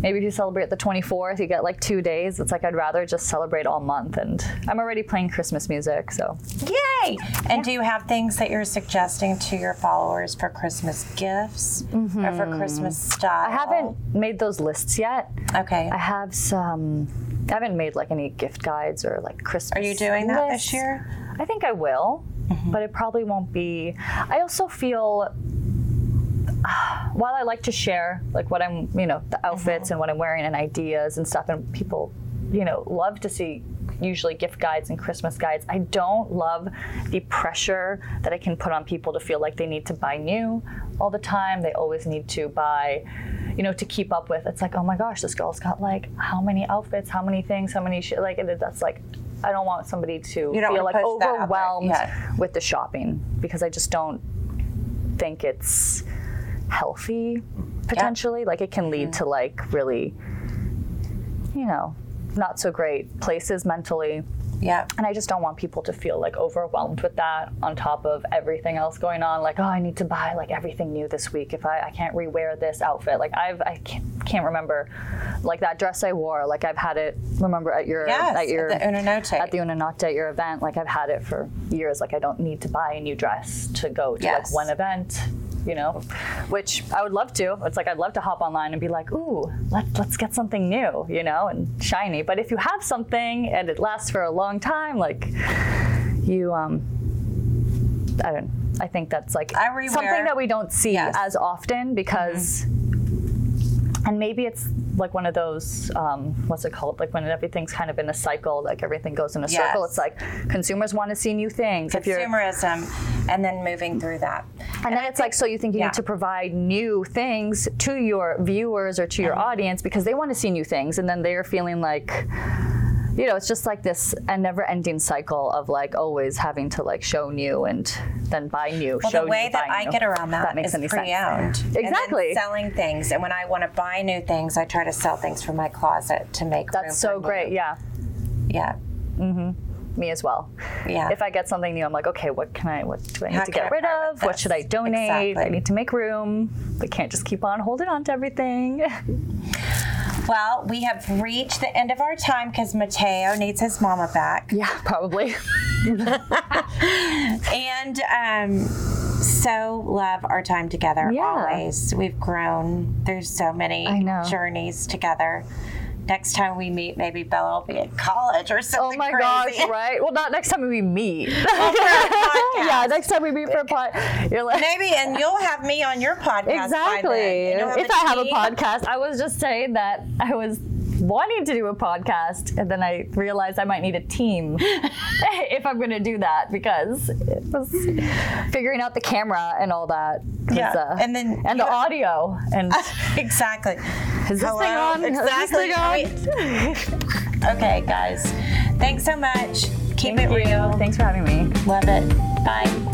[SPEAKER 2] Maybe if you celebrate the 24th, you get like two days. It's like I'd rather just celebrate all month, and I'm already playing Christmas music, so
[SPEAKER 1] Yay! And do you have things that you're suggesting to your followers for Christmas gifts or for Christmas style?
[SPEAKER 2] Mm-hmm. I haven't made those lists yet.
[SPEAKER 1] Okay.
[SPEAKER 2] I have some. I haven't made like any gift guides or like Christmas.
[SPEAKER 1] Are you doing that
[SPEAKER 2] lists.
[SPEAKER 1] this year? Mm-hmm.
[SPEAKER 2] I think I will, but it probably won't be. I also feel while I like to share like what I'm, you know,
[SPEAKER 1] Mm-hmm.
[SPEAKER 2] the outfits and what I'm wearing and ideas and stuff and people, you know, love to see usually gift guides and Christmas guides. I don't love the pressure that I can put on people to feel like they need to buy new all the time. They always need to buy, you know, to keep up with. It's like, "Oh my gosh, this girl's got like how many outfits, how many things, how many shit like and that's like I don't want somebody to
[SPEAKER 1] don't
[SPEAKER 2] feel
[SPEAKER 1] wanna
[SPEAKER 2] like
[SPEAKER 1] push that out there.
[SPEAKER 2] overwhelmed
[SPEAKER 1] Yeah.
[SPEAKER 2] with the shopping because I just don't think it's healthy potentially. Like it can lead to like really, you know, not so great places mentally.
[SPEAKER 1] Yeah.
[SPEAKER 2] And I just don't want people to feel like overwhelmed with that on top of everything else going on. Like, oh, I need to buy like everything new this week. If I, I can't rewear this outfit, like I've, I can't, can't remember like that dress I wore. Like I've had it, remember at your,
[SPEAKER 1] Yes.
[SPEAKER 2] at your,
[SPEAKER 1] at the Una Noche.
[SPEAKER 2] at the Unanakta at your event, like I've had it for years. Like I don't need to buy a new dress to go to
[SPEAKER 1] Yes.
[SPEAKER 2] like one event, you know, which I would love to. It's like I'd love to hop online and be like, ooh, let, let's get something new, you know, and shiny. But if you have something and it lasts for a long time, like you, um, I don't. I think that's like
[SPEAKER 1] I rewear-
[SPEAKER 2] something that we don't see
[SPEAKER 1] Yes. Mm-hmm.
[SPEAKER 2] as often because, and maybe it's like one of those um, what's it called? Like when everything's kind of in a cycle, like everything goes in a circle.
[SPEAKER 1] Yes.
[SPEAKER 2] It's like consumers want to see new things. If you're
[SPEAKER 1] consumerism and then moving through that.
[SPEAKER 2] and then it's like, so you think you
[SPEAKER 1] Yeah.
[SPEAKER 2] need to provide new things to your viewers or to your
[SPEAKER 1] Uh-huh.
[SPEAKER 2] audience because they want to see new things. And then they're feeling like, you know, it's just like this a never ending cycle of like always having to like show new and then buy new.
[SPEAKER 1] Well,
[SPEAKER 2] show
[SPEAKER 1] the way
[SPEAKER 2] new,
[SPEAKER 1] that
[SPEAKER 2] buy
[SPEAKER 1] I
[SPEAKER 2] new.
[SPEAKER 1] get around
[SPEAKER 2] If
[SPEAKER 1] that
[SPEAKER 2] makes
[SPEAKER 1] is
[SPEAKER 2] any sense.
[SPEAKER 1] pre-owned. And then
[SPEAKER 2] Exactly.
[SPEAKER 1] selling things. And when I want to buy new things, I try to sell things from my closet to make room
[SPEAKER 2] That's so
[SPEAKER 1] for new.
[SPEAKER 2] great. Yeah.
[SPEAKER 1] Yeah.
[SPEAKER 2] Me as well.
[SPEAKER 1] Yeah.
[SPEAKER 2] If I get something new, I'm like, okay, what can I, what do I need
[SPEAKER 1] How
[SPEAKER 2] to
[SPEAKER 1] can
[SPEAKER 2] get
[SPEAKER 1] I
[SPEAKER 2] rid
[SPEAKER 1] part
[SPEAKER 2] of?
[SPEAKER 1] with
[SPEAKER 2] What
[SPEAKER 1] this?
[SPEAKER 2] should I donate? I
[SPEAKER 1] Exactly.
[SPEAKER 2] need to make room. We can't just keep on holding on to everything.
[SPEAKER 1] Well, we have reached the end of our time because Mateo needs his mama back.
[SPEAKER 2] yeah, probably.
[SPEAKER 1] And um, so love our time together
[SPEAKER 2] Yeah.
[SPEAKER 1] always. We've grown through so many
[SPEAKER 2] I know.
[SPEAKER 1] journeys together. Next time we meet, maybe Bella will be at college or
[SPEAKER 2] Oh
[SPEAKER 1] something.
[SPEAKER 2] my
[SPEAKER 1] crazy. Oh,
[SPEAKER 2] gosh, right? Well, not next time we meet.
[SPEAKER 1] podcast.
[SPEAKER 2] yeah, next time we meet for a pod. You're like,
[SPEAKER 1] Maybe, and you'll have me on your podcast. by then.
[SPEAKER 2] exactly.
[SPEAKER 1] And you'll
[SPEAKER 2] If I have a
[SPEAKER 1] team.
[SPEAKER 2] podcast, I was just saying that I was wanting to do a podcast, and then I realized I might need a team if I'm going to do that because it was figuring out the camera and all that. was,
[SPEAKER 1] Yeah,
[SPEAKER 2] uh,
[SPEAKER 1] and then
[SPEAKER 2] and the
[SPEAKER 1] you-
[SPEAKER 2] audio and
[SPEAKER 1] exactly.
[SPEAKER 2] is this thing
[SPEAKER 1] Hello?
[SPEAKER 2] on? Is this
[SPEAKER 1] Exactly.
[SPEAKER 2] thing on?
[SPEAKER 1] Okay, guys. Thanks so much. Keep
[SPEAKER 2] Thank
[SPEAKER 1] it
[SPEAKER 2] you.
[SPEAKER 1] real.
[SPEAKER 2] Thanks for having me.
[SPEAKER 1] Love it. Bye.